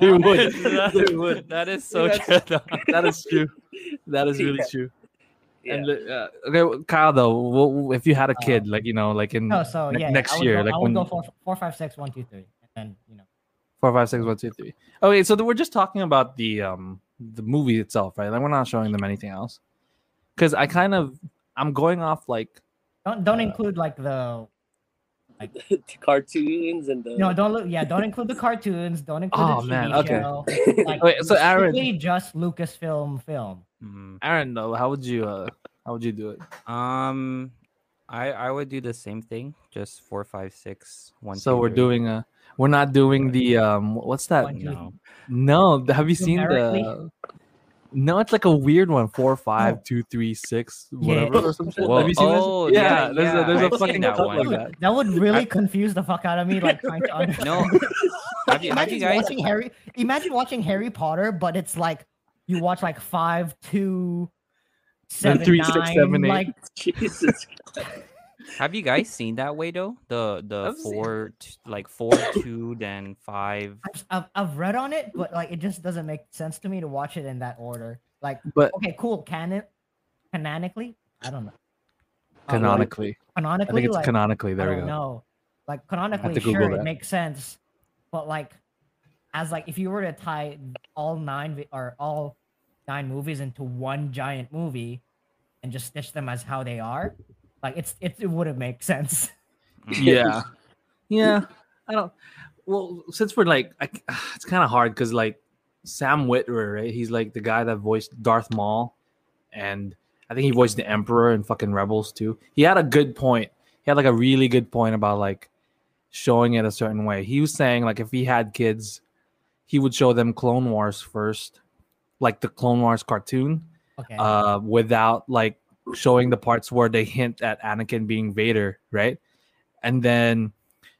B: they would they would
C: that is so
B: That's-
C: true. though.
B: that is true that is really
D: Yeah.
B: true
D: Yeah.
B: and uh, okay well, Kyle though wh- wh- if you had a
A: Uh,
B: kid like you know like in
A: No, so
B: ne-
A: yeah,
B: next
A: I would
B: year
A: go,
B: like
A: I would
B: when
A: go four, four, five, six, one, two, three, and then you know.
B: Four, five, six, one, two, three. Okay, so th- we're just talking about the um the movie itself, right? Like we're not showing them anything else. Because I kind of I'm going off like
A: Don't don't
B: Uh,
A: include like the
D: the cartoons and the
A: no don't look yeah don't include the cartoons don't include
B: Oh,
A: the TV
B: man, okay.
A: show like
B: Wait, so Aaron-
A: strictly just Lucasfilm film
C: Mm.
B: Aaron though. How would you uh how would you do it?
C: Um, I I would do the same thing, just four, five, six, one.
B: so
C: two,
B: we're
C: three.
B: doing a we're not doing the um what's that?
A: One, two,
C: no.
B: No, th- have you seen
A: Numerically? Oh.
B: the No, it's like a weird one. Four, five, two, three, six, whatever. or some shit. Have you seen this?
C: oh,
B: Yeah,
C: yeah,
B: there's
C: yeah,
B: a there's a
C: I've seen
B: fucking
C: that
B: cut
C: one.
B: like that.
A: That would really
C: I-
A: confuse the fuck out of me, like trying to understand.
C: No, have you, have you
A: imagine
C: guys?
A: watching Harry. Imagine watching Harry Potter, but it's like you watch like five, two, seven,
B: three, six,
A: nine,
B: seven, eight.
A: Like
D: Jesus.
C: Have you guys seen that way though? The the
B: I've seen-
C: four t- like four two then five.
A: I've, I've, I've read on it, but like it just doesn't make sense to me to watch it in that order. Like,
B: But
A: okay, cool, canon, canonically, I don't know. Uh, like,
B: canonically, I
A: canonically,
B: think it's
A: like,
B: canonically.
A: I
B: There we
A: don't
B: go.
A: know. Like canonically,
B: to Google
A: sure,
B: that.
A: it makes sense, but like, as like if you were to tie all nine vi- or all nine movies into one giant movie, and just stitch them as how they are, like it's it, it wouldn't make sense.
B: Yeah, yeah. I don't. Well, since we're like, I, c- it's kind of hard because like Sam Witwer, right? He's like the guy that voiced Darth Maul, and I think he voiced the Emperor and fucking Rebels too. He had a good point. He had like a really good point about like showing it a certain way. He was saying like if he had kids, he would show them Clone Wars first, like the Clone Wars cartoon,
A: Okay,
B: uh, without like showing the parts where they hint at Anakin being Vader, right? And then,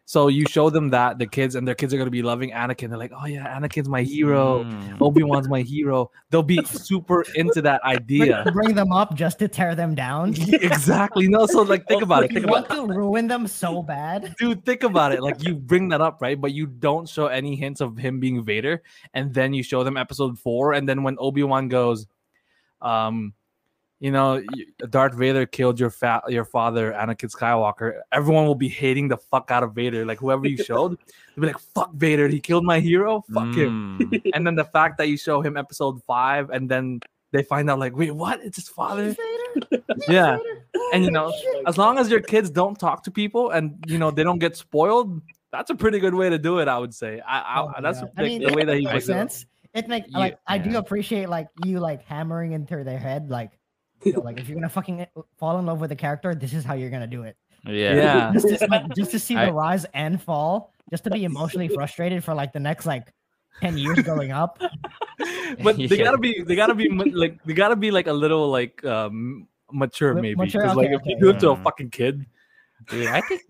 B: so you show them that the kids and their kids are gonna be loving Anakin. They're like, oh yeah, Anakin's my hero.
C: Mm.
B: Obi Wan's my hero. They'll be super into that
A: Bring-
B: idea.
A: bring them up just to tear them down.
B: exactly. No, so like, think about it.
A: You
B: Think about
A: want to ruin them so bad.
B: dude think about it like you bring that up right but you don't show any hints of him being vader and then you show them episode four and then when obi-wan goes um you know y- darth vader killed your fa- your father anakin skywalker everyone will be hating the fuck out of vader like whoever you showed they'll be like fuck vader he killed my hero fuck him
C: Mm.
B: and then the fact that you show him episode five and then they find out like wait what it's his father yeah and you know as long as your kids don't talk to people and you know they don't get spoiled, that's a pretty good way to do it. I would say. I,
A: Oh my
B: I that's
A: God.
B: the, the way that he
A: it makes
B: was.
A: sense. It makes
C: Yeah,
A: like I do
C: yeah.
A: appreciate like you like hammering into their head like you know, like if you're gonna fucking fall in love with a character, this is how you're gonna do it.
C: Yeah.
B: Yeah,
A: Just, to- like, just to see
C: I-
A: the rise and fall, just to be emotionally frustrated for like the next like ten years going up.
B: but they
C: Yeah.
B: gotta be they gotta be ma- like they gotta be like a little like um mature
A: Ma-
B: maybe
A: mature,
B: 'Cause, like
A: okay,
B: if you
A: okay,
B: do it to a
C: yeah.
B: fucking kid
C: Dude, I think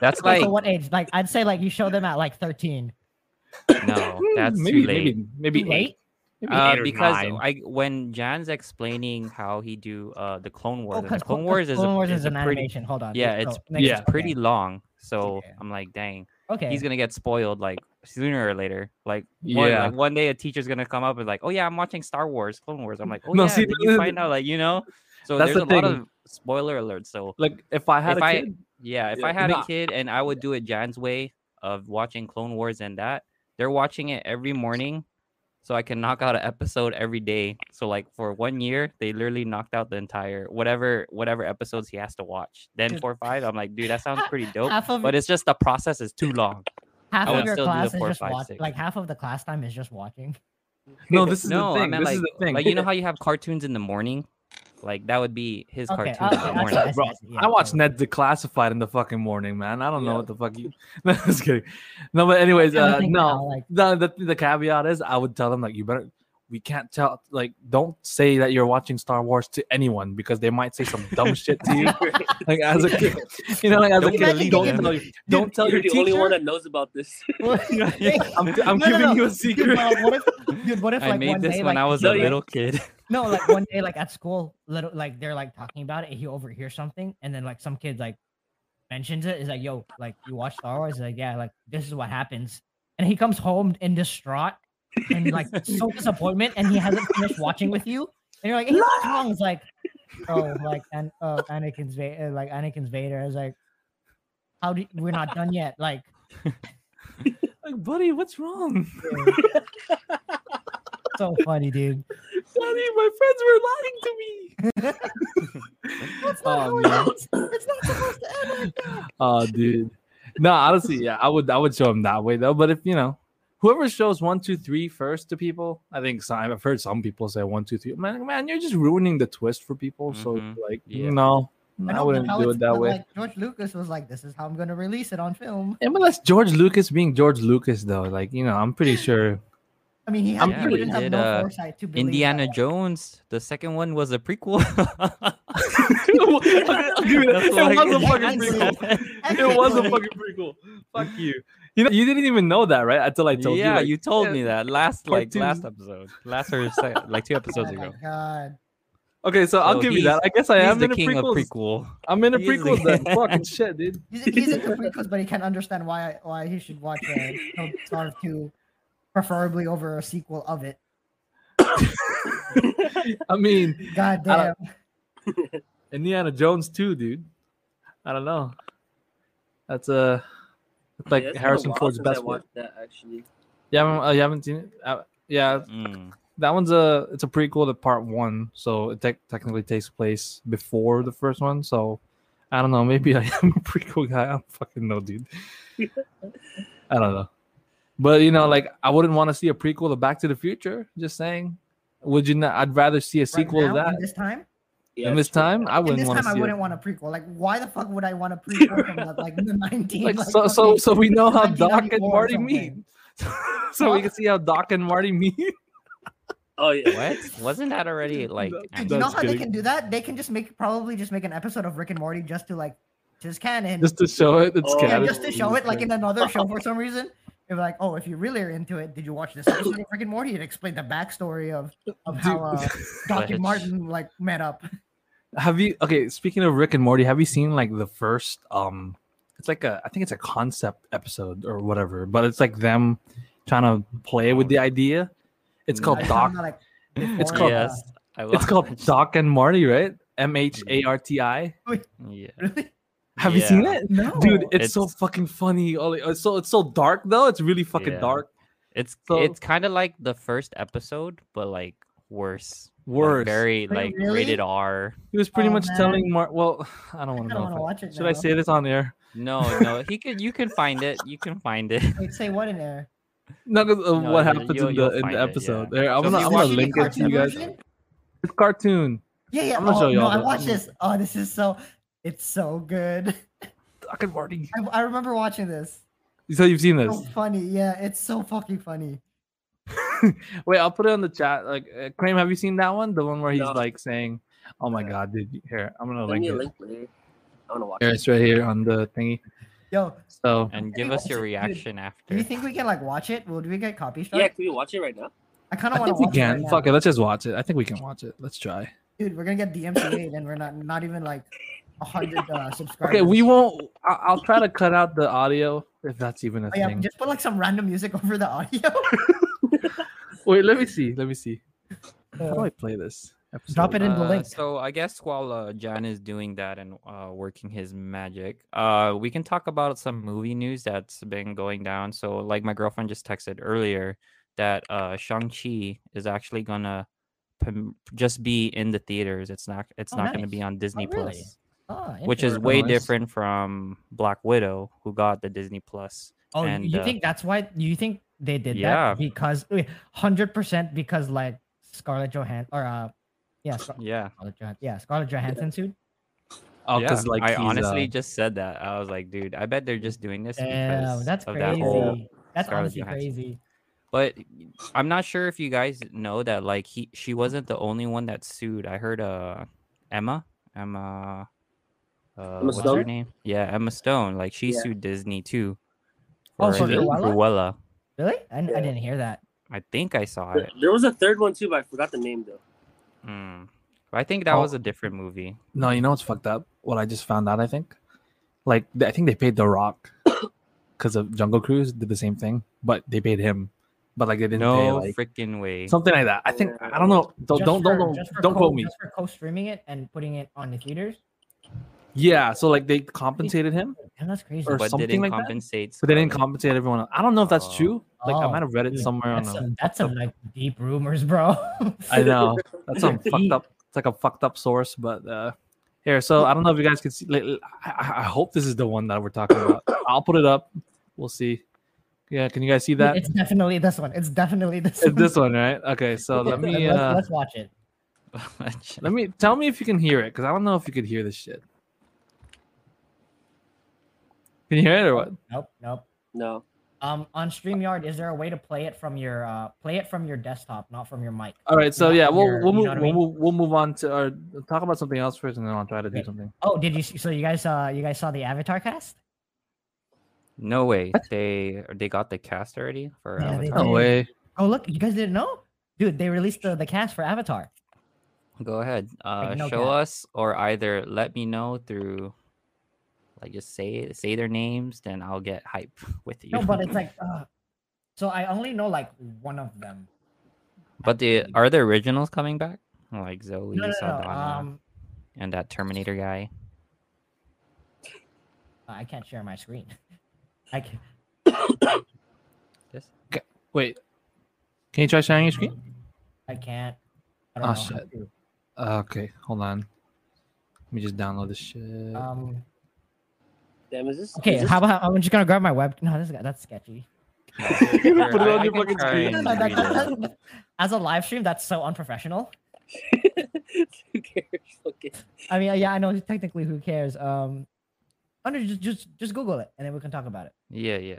C: that's
A: Like,
C: like
A: so what age? Like I'd say like you show them at like thirteen.
C: no,
B: hmm,
C: Oh, that's
B: maybe
C: too late.
B: maybe maybe
A: Too
B: eight, maybe
C: Uh,
B: eight or
C: because
B: nine.
C: I when Jan's explaining how he do uh the Clone Wars,
A: Oh,
C: and
A: because
C: the Clone Wars is
A: Clone
C: a,
A: Wars
C: is
A: is
C: a
A: an
C: pretty
A: animation. Hold on.
C: yeah
A: so
C: it's
A: it makes
B: yeah.
A: sense.
C: it's pretty long, so
A: Yeah.
C: I'm like, dang,
A: Okay. okay.
C: he's gonna get spoiled like sooner or later. Like one,
B: Yeah.
C: like one day a teacher's gonna come up and like, oh yeah, I'm watching Star Wars, Clone Wars. I'm like, oh
B: No,
C: yeah,
B: see,
C: then
B: th-
C: you find out like you know. So
B: that's
C: there's
B: the
C: a lot
B: thing.
C: of spoiler alerts. So
B: like if I had
C: if
B: a
C: I-
B: kid,
C: yeah, if
B: Yeah,
C: I had
B: nah.
C: a kid and I would do it Jan's way of watching Clone Wars and that, they're watching it every morning. So I can knock out an episode every day. So like for one year, they literally knocked out the entire whatever whatever episodes he has to watch. Then
A: Dude.
C: four five, I'm like, dude, that sounds pretty
B: Um,
C: dope.
A: half of
C: But it's just the process is too long.
A: half
C: I would
A: of your
C: still do the
A: class is
C: four,
A: just
C: five,
A: watching.
C: six.
A: Like half of the class time is just watching.
B: no, this is
C: no,
B: the
C: I
B: thing.
C: meant
B: This
C: like,
B: is the thing.
C: like you know how you have cartoons in the morning, like that would be his
A: Okay,
C: cartoon
A: okay,
C: in the
A: I see,
C: morning.
A: I see,
B: Bro,
A: I see, yeah,
B: I watch
A: totally.
B: Ned Declassified in the fucking morning, man. I don't know
D: Yeah.
B: what the fuck you. No, just kidding. No, but anyways,
A: Kinda
B: uh,
A: think
B: no.
A: now, like,
B: the, the the caveat is I would tell them like you better we can't tell like don't say that you're watching Star Wars to anyone because they might say some dumb shit to you. Like as a kid, you know, like as
A: Don't
B: a kid,
A: imagine
B: don't
A: getting-
B: tell, you, don't tell
D: You're
B: your
D: the
B: teacher.
D: only one that knows about this.
B: I'm, I'm
A: No, no,
B: giving
A: no.
B: you a
A: Dude,
B: secret.
A: but what if, dude, what if
C: I
A: like one
C: made this
A: day,
C: when
A: like,
C: I was
D: No,
C: a
D: you-
C: little kid.
A: no, like one day, like at school, little, like they're like talking about it, and he overhears something, and then like some kid like mentions it, is like, "Yo, like you watch Star Wars?" He's like, yeah, like this is what happens, and he comes home in distraught and like so disappointment, and he hasn't finished watching with you, and you're like, "Hey, what's wrong?" It's like, "Oh, like and uh, Anakin's Va- uh, like Anakin's Vader." I was like, "How do we're not done yet?" Like.
B: Like, buddy, what's wrong?
A: so funny, dude.
B: Buddy, my friends were lying to me.
A: That's
B: not Oh, how it man.
A: it's, not supposed to end like that.
B: Oh, dude. No, honestly, yeah, I would I would show them that way though. But if you know, whoever shows one, two, three first to people, I think some, I've heard some people say one, two, three. Man, man, you're just ruining the twist for people. So
C: Mhm.
B: like,
C: Yeah.
B: no, I wouldn't do it that way.
A: Like, George Lucas was like, "This is how I'm going to release it on film."
B: And unless George Lucas being George Lucas though, like you know, I'm pretty sure
A: I mean, he, had,
B: I'm
A: he
B: pretty-
A: didn't
C: Did,
A: have no
C: uh,
A: foresight to believe
C: Indiana
A: that.
C: Jones. The second one was a prequel.
B: Dude, it was a fucking prequel. It was a
A: Technically-
B: fucking prequel. Fuck you. You know, you didn't even know that, right? Until I told you.
C: yeah,
B: like-
C: you told me
B: yeah.
C: that last
B: Part
C: like last
B: two.
C: episode, last or se- like two episodes
A: Oh my
C: ago.
A: god.
B: Okay, so I'll
C: So
B: give you
C: he's-
B: that. I guess I
C: He's
B: am
C: the
B: in a
C: king of
B: prequel.
C: prequel.
B: I'm in a
C: He is the
B: prequel. Then
C: king.
B: fucking shit, dude.
A: He's, he's into prequels, but he can't understand why why he should watch uh, Code Star 2, preferably over a sequel of it.
B: I mean,
A: God damn.
B: I don't- Indiana Jones too, dude. I don't know. That's a that's like
D: Yeah, it's been a
B: Harrison
D: while
B: Ford's
D: since I
B: best one.
D: watched That actually.
B: Yeah, I haven't- uh, you haven't seen it. Uh, yeah,
C: Mm.
B: that one's a it's a prequel to part one, so it tec- technically takes place before the first one. So I don't know. Maybe I am a prequel guy. I don't fucking know, dude. I don't know. But you know, like I wouldn't want to see a prequel to Back to the Future. Just saying. Would you not? I'd rather see a sequel
A: now,
B: of that.
A: in this time,
D: Yeah,
B: and this
D: sure.
B: time, I
A: in
B: wouldn't
A: this
B: want
A: time
B: to
A: I
B: see
A: wouldn't
B: it.
A: want a prequel. Like, why the fuck would I want a prequel from the, like the 19?
B: Like, so, so, so we know how Doc and
A: 1994 or
B: Marty
A: something.
B: meet. so we can see how Doc and Marty meet.
D: Oh yeah.
C: What? Wasn't that already like?
B: No,
A: Dude, you know
B: That's
C: announced?
A: how they
B: kidding.
A: can do that? They can just make probably just make an episode of Rick and Morty just to like just canon.
B: just to show it. It's
D: Oh.
A: yeah,
B: canon.
A: just to show it like in another show for some reason. They're like, oh, if you really are into it, did you watch this episode of Rick and Morty? It explained the backstory of of how uh,
B: Dude.
A: Doc
C: Fletch.
A: and Martin like met up.
B: Have you okay? Speaking of Rick and Morty, have you seen like the first? Um, it's like a I think it's a concept episode or whatever, but it's like them trying to play with the idea. It's called
A: Like,
B: Oh, Doc.
A: kinda, like,
B: It's
A: before,
B: called
A: uh,
C: yes. I
B: it's called
C: watched-
B: Doc and Marty, right? M H A R T I.
C: Yeah.
A: really?
B: Have you seen
C: Yeah.
B: it?
A: No,
B: Dude, it's, so
C: It's-
B: fucking funny. All the- It's so it's so dark though. It's really fucking
C: Yeah.
B: dark.
C: It's
B: So-
C: it's kind of like the first episode, but like worse. Like,
B: Worse.
C: very
A: Wait,
C: like
A: really?
C: rated R.
B: He was pretty
A: Oh,
B: much
A: man.
B: telling Mark. Well, I don't
A: I
B: want to
A: don't want
B: know.
A: to
B: if I-
A: watch it.
B: Should I
A: now.
B: say this on air?
C: No, no, he could. You can find it. You can find it.
A: Wait, say what in there?
B: No, 'cause of
C: No,
B: what
C: you-
B: happens
C: you'll-
B: in
C: you'll
B: the in
C: find
B: the
C: it,
B: episode.
C: yeah.
B: There, I'm
C: So
B: gonna,
A: you
B: I'm gonna
A: watching the
B: link it to you
A: cartoon
B: guys.
A: version?
B: It's cartoon.
A: Yeah, yeah.
B: I'm gonna show
A: oh,
B: y'all
A: no, I
B: that.
A: watched this. Oh, this is so. It's so good.
B: Doc and Marty.
A: I, I remember watching this.
B: So you've seen this?
A: So funny. Yeah, it's so fucking funny.
B: Wait, I'll put it on the chat. Like, uh, Kraim, have you seen that one? The one where he's
D: No.
B: like saying, "Oh my
D: Yeah.
B: god, dude, here I'm gonna
D: Send
B: link
D: me a
B: it."
D: link later. I wanna watch
B: Here,
D: it.
B: it's right here on the thingy.
A: Yo,
B: So
C: And
A: Have
C: give
A: you
C: us your
A: watched it, dude?
C: reaction
A: do you
C: after.
A: think we can like watch it? Will do we get copy struck?
D: Yeah, can we watch it right now?
A: I kind
B: I
A: of want to
B: think we
A: watch it.
B: can.
A: right now.
B: Fuck it, let's just watch it. I think we can watch it. Let's try.
A: dude, we're gonna get DMCA, then we're not not even like a hundred uh, subscribers.
B: Okay, we won't. I- I'll try to cut out the audio if that's even a
A: Oh, yeah,
B: thing.
A: just put like some random music over the audio.
B: Wait, let me see. Let me see. How do
A: Uh,
B: I play this?
A: Drop it in the
C: Uh,
A: link.
C: so I guess while uh, John is doing that and uh, working his magic, uh, we can talk about some movie news that's been going down. So, like my girlfriend just texted earlier that uh, Shang Chi is actually gonna pum- just be in the theaters. It's not. It's
A: Oh,
C: not gonna be
A: nice.
C: on Disney
A: really?
C: Plus,
A: Ah,
C: which is
A: interesting.
C: way
B: Nice.
C: different from Black Widow, who got the Disney Plus.
A: Oh, you-
C: and,
A: you
C: uh,
A: think that's why you think they did
C: Yeah.
A: that because hundred percent because like Scarlett Johansson or uh yeah Scar-
C: Yeah.
A: Scarlett Johansson yeah Scarlett Johansson suit.
B: Oh,
C: Yeah,
B: because like
C: I
B: he's, uh,
C: honestly just said that. I was like, dude, I bet they're just doing this
A: Damn,
C: because
A: that's
C: of
A: crazy.
C: that whole.
A: that's
C: Scarlett
A: honestly
C: Johansson.
A: crazy.
C: But I'm not sure if you guys know that like he she wasn't the only one that sued. I heard uh Emma Emma. Uh, what's her
D: Stone?
C: name? Yeah, Emma Stone. Like she
D: Yeah.
C: sued Disney too.
A: Oh,
C: for
A: for
C: the
A: Cruella?
C: Cruella.
A: Really? I, I
D: Yeah.
A: didn't hear that.
C: I think I saw
D: There-
C: it.
D: There was a third one too, but I forgot the name though.
C: Mm. But I think that
B: Oh.
C: was a different movie.
B: No, you know what's fucked up? What I just found out, I think. Like, th- I think they paid The Rock because of Jungle Cruise did the same thing, but they paid him. But like, they didn't pay
C: No
B: like
C: freaking way.
B: something like that. I think I don't know. Don't
A: Just
B: don't
A: for-
B: don't don't,
A: just for
B: don't
A: co-
B: quote me.
A: Just for co-streaming it and putting it on the theaters.
B: Yeah, so like they compensated him,
A: Damn, that's crazy.
B: or
C: but
B: something
C: didn't
B: like that?
C: compensate.
B: but they didn't
C: Scarlett.
B: compensate everyone. Else. I don't know if that's
C: Oh.
B: true. Like, I
A: Oh,
B: might have read it
A: dude,
B: somewhere on.
A: That's
B: A,
A: some, that's some like deep rumors, bro.
B: I know that's some fucked
A: Deep.
B: up. It's like a fucked up source, but uh here. So I don't know if you guys can see. Like, I, I- I hope this is the one that we're talking about. I'll put it up. We'll see. Yeah, can you guys see that?
A: It's definitely this one. It's definitely this.
B: It's this one, right? Okay, so let me
A: let's,
B: uh,
A: let's watch it.
B: let me tell me if you can hear it, because I don't know if you could hear this shit. Can you hear it or what?
A: Nope, nope.
D: No.
A: Um, on Streamyard, is there a way to play it from your uh, play it from your desktop, not from your mic?
B: All right, so
A: Not
B: yeah, we'll
A: your-
B: we'll
A: you know
B: move,
A: what I
B: we'll,
A: mean?
B: move, we'll move on to or talk about something else first, and then I'll try to do
A: Wait.
B: something.
A: Oh, did you? see- So you guys uh you guys saw the Avatar cast?
C: No way. They they got the cast already for
A: Yeah, they
C: Avatar.
A: did.
B: No way.
A: Oh, look, you guys didn't know, dude. They released the, the cast for Avatar.
C: Go ahead. Uh,
A: no
C: show
A: cap.
C: us, or either let me know through, like, just say say their names, then I'll get hype with you.
A: No, but it's like, uh, so I only know like one of them.
C: But the are the originals coming back? Like Zoe
A: No, no, no.
C: Saldana
A: Um,
C: and that Terminator guy.
A: I can't share my screen. I can,
C: This
B: Wait, can you try sharing your screen?
A: I can't. I don't
B: Oh,
A: know. how
B: shit.
A: to.
B: Uh, okay, hold on. Let me just download this shit.
E: Uh,
A: Um.
D: Damn, is this?
A: Okay.
D: is this-
A: How about I'm just gonna grab my web? No, this, that's sketchy.
C: no, here,
B: You put it
C: I-
B: on
C: I
B: your
C: can
B: fucking
C: try
B: screen.
C: and
A: No, that-
C: read it.
A: that- as a live stream, that's so unprofessional.
D: Who cares? Okay.
A: I mean, yeah, I know technically who cares. Um, oh, no, just just just Google it, and then we can talk about it.
C: Yeah, yeah.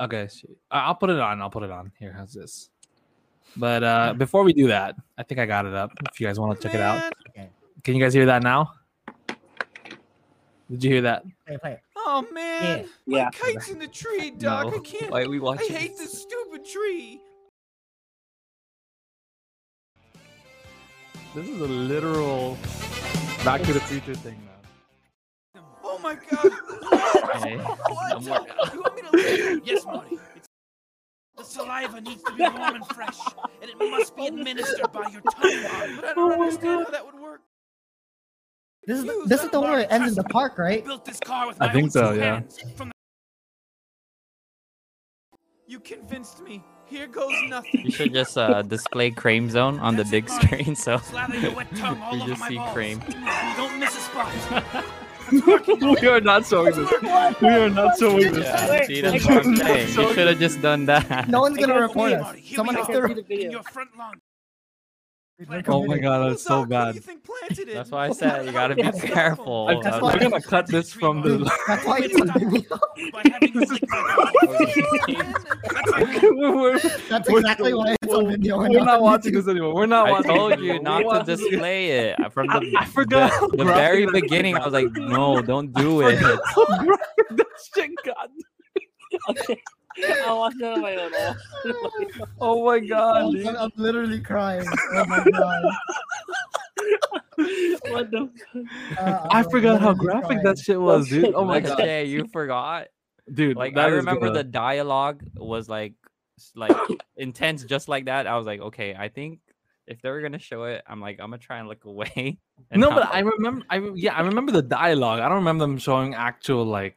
B: Okay, so I- I'll put it on. I'll put it on. Here, how's this? But uh, before we do that, I think I got it up. If you guys want to check it out,
A: Okay.
B: can you guys hear that now? Did you hear that?
A: Play it, play it.
E: Oh man,
D: Yeah.
E: my kite's in the tree, Doc. I can't.
C: Why are we
E: I
C: watching?
E: hate this stupid tree.
B: This is a literal Back to the Future thing, man.
E: Oh my god. what?
C: Hey,
E: What?
C: I'm working
E: You want me to leave? Yes, Marty. It's- The saliva needs to be warm and fresh, and it must be administered by your tongue. Marty. But I don't understand how that would work.
A: This is the,
E: Use
A: this
E: that
A: is the one where it ends in the park,
E: I
A: right?
E: built this car with
B: I
E: my
B: think
E: own
B: so,
E: two
B: yeah.
E: hands. From the... You convinced me. Here goes nothing.
C: You should just uh, display Crane Zone on the
E: That's
C: big
E: it, Marty.
C: screen, so
E: Slather your wet tongue all
C: You
E: over
C: just
E: my
C: see
E: balls.
C: cream.
E: Don't miss a spot.
B: we are not showing this. We are not showing this.
C: yeah,
D: Wait,
C: see
D: wait,
C: that's what I'm
B: wait.
C: saying. You should have just done that.
A: No one's
D: I
A: gonna
D: can't
A: report
D: see it.
A: us.
E: Here we
A: Someone has to.
D: Can't
E: are.
D: see
A: Re-
D: the
E: in
D: video.
E: your front lawn.
A: we're
B: Oh my
A: committed.
B: god, that's so
E: Ozark, who do
B: bad.
E: you think planted it?
C: That's why I said you gotta be
E: That's awful.
C: careful.
B: I-
A: That's
C: of-
A: why-
B: We're gonna cut this from
A: Dude,
B: the.
A: that's why it's a video.
E: By having you lick
A: Oh,
E: my balls.
B: we're,
A: That's
B: We're-
A: exactly why it's on video. and
B: we're
A: on
B: not watching
A: YouTube.
B: this anymore. We're not
C: I
B: watching.
C: told
B: this
C: you
B: anymore. We're
C: not to
B: watching-
C: display it I- from the,
B: I forgot how
C: the, the
B: graphic
C: very
B: that is.
C: beginning. I was like, no, don't do
B: I
C: it.
B: forgot how graphic that shit got.
D: I'll watch that on my own. I'll watch that on my own.
B: Oh my god, dude.
A: I'm, I'm literally crying. Oh my god.
D: What the?
A: Uh,
B: I
A: I'm
B: forgot how
A: literally
B: graphic
A: crying.
B: that shit was, dude. Oh my
C: Next
B: god,
C: day, you forgot.
B: dude.
C: Like
B: that
C: I
B: is
C: remember
B: gonna-
C: the dialogue was like s- like intense, just like that. I was like, okay, I think if they're gonna show it, I'm like, I'm gonna try and look away. and
B: no,
C: not
B: but I
C: look.
B: remember. I re- yeah, I remember the dialogue. I don't remember them showing actual like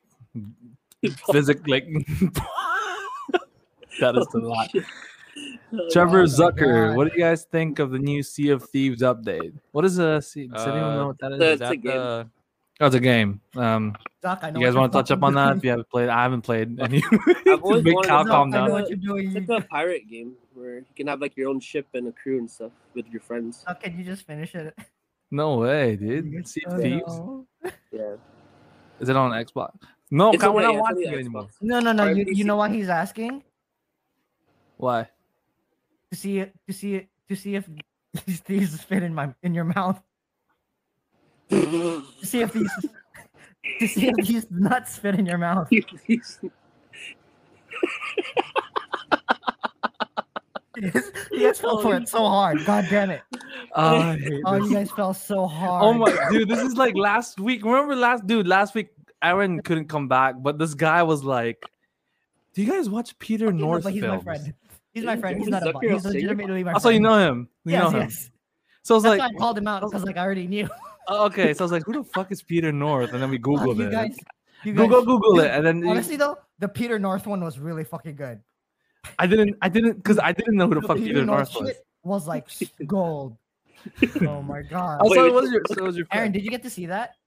B: physic like. that is a lot. Trevor
A: my
B: Zucker,
A: God.
B: what do you guys think of the new Sea of Thieves update? What is a sea? Does anyone
C: Uh,
B: know what that is?
D: the-
C: Is that
D: That's a game.
C: the-
B: Oh, it's a game. Um,
A: Doc, I know
B: you guys
A: what
B: want to
A: you're
B: touch up on that?
A: fucking
B: If you haven't played, I haven't played any.
D: always
B: Big
D: wanted to
B: cow,
A: doing.
D: know-
B: calm
A: Doc, I know
B: down.
A: what you're doing.
D: It's like a pirate game where you can have like your own ship and a crew and stuff with your friends.
A: Doc, can you just finish it?
B: No way, dude. Sea of
A: Oh,
B: Thieves.
A: no.
D: Yeah.
B: Is it on Xbox? No,
D: It's
B: Oh, God,
D: on
B: we're
D: the-
B: not
D: it's on the
B: watching it
D: Xbox.
B: anymore.
A: No, no, no.
D: Or
A: You, you
D: PC.
A: know why he's asking?
B: Why?
A: to see it to see it to see if these thieves fit in my in your mouth to see if these to see if these nuts fit in your mouth you guys- you guys fell for it so hard god damn it
B: Oh, I hate
A: oh
B: this.
A: you guys fell so hard
B: Oh my dude, this is like last week. Remember last dude, last week Aaron couldn't come back, but this guy was like, Do you guys watch Peter
A: He knows,
B: North
A: but he's my
B: films?
A: friend he's my friend he's
D: Zucker
A: not a bot he's
D: will say you're-
A: legitimately my friend
B: Also, you know him. You
A: yes,
B: know him.
A: yes.
B: So I was
A: that's why
B: like,
A: i called him out because like i already knew
B: oh, okay. So I was like, who the fuck is Peter North? And then we
A: Oh,
B: Googled
A: you
B: it.
A: guys you guys
B: Google Google it.
A: Dude,
B: And then you-
A: honestly though the peter north one was really fucking good
B: I didn't I didn't because I didn't know who the fuck Peter North was.
A: shit was like s- gold oh my god
B: Also,
D: Wait,
B: it was your, so it was your
A: aaron
B: friend.
A: did you get to see that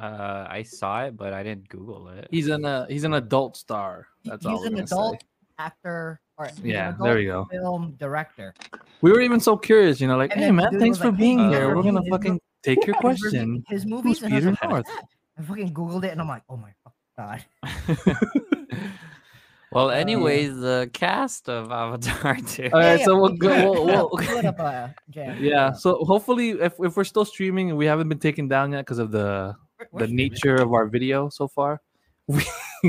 C: uh, I saw it, but I didn't Google it.
B: He's an uh, he's an adult star.
A: He-
B: That's
A: he's
B: all. we're
A: an
B: gonna say.
A: adult actor or he's an
B: Yeah,
A: adult
B: there we go.
A: film director.
B: We were even so curious, you know, like,
A: And
B: hey
A: then
B: man,
A: dude
B: thanks
A: was
B: for
A: like,
B: being
C: "Hey,
B: here.
C: uh,
B: We're gonna
A: his
B: fucking
A: mo-
B: take your
A: His movie-
B: question.
A: His movies and I was
B: Peter
A: like, "What is
B: North?"
A: that?" I fucking googled it and I'm like, oh my fucking god.
C: Well,
B: uh,
C: anyways, the cast of Avatar 2.
B: All right, so we'll go.
A: pull it
B: We'll,
A: up,
B: we'll-
A: pull it up, uh, Jan.
B: yeah. So hopefully, if, if we're still streaming and we haven't been taken down yet because of the
A: We're- we're
B: the
A: streaming.
B: nature of our video so far,
A: We're,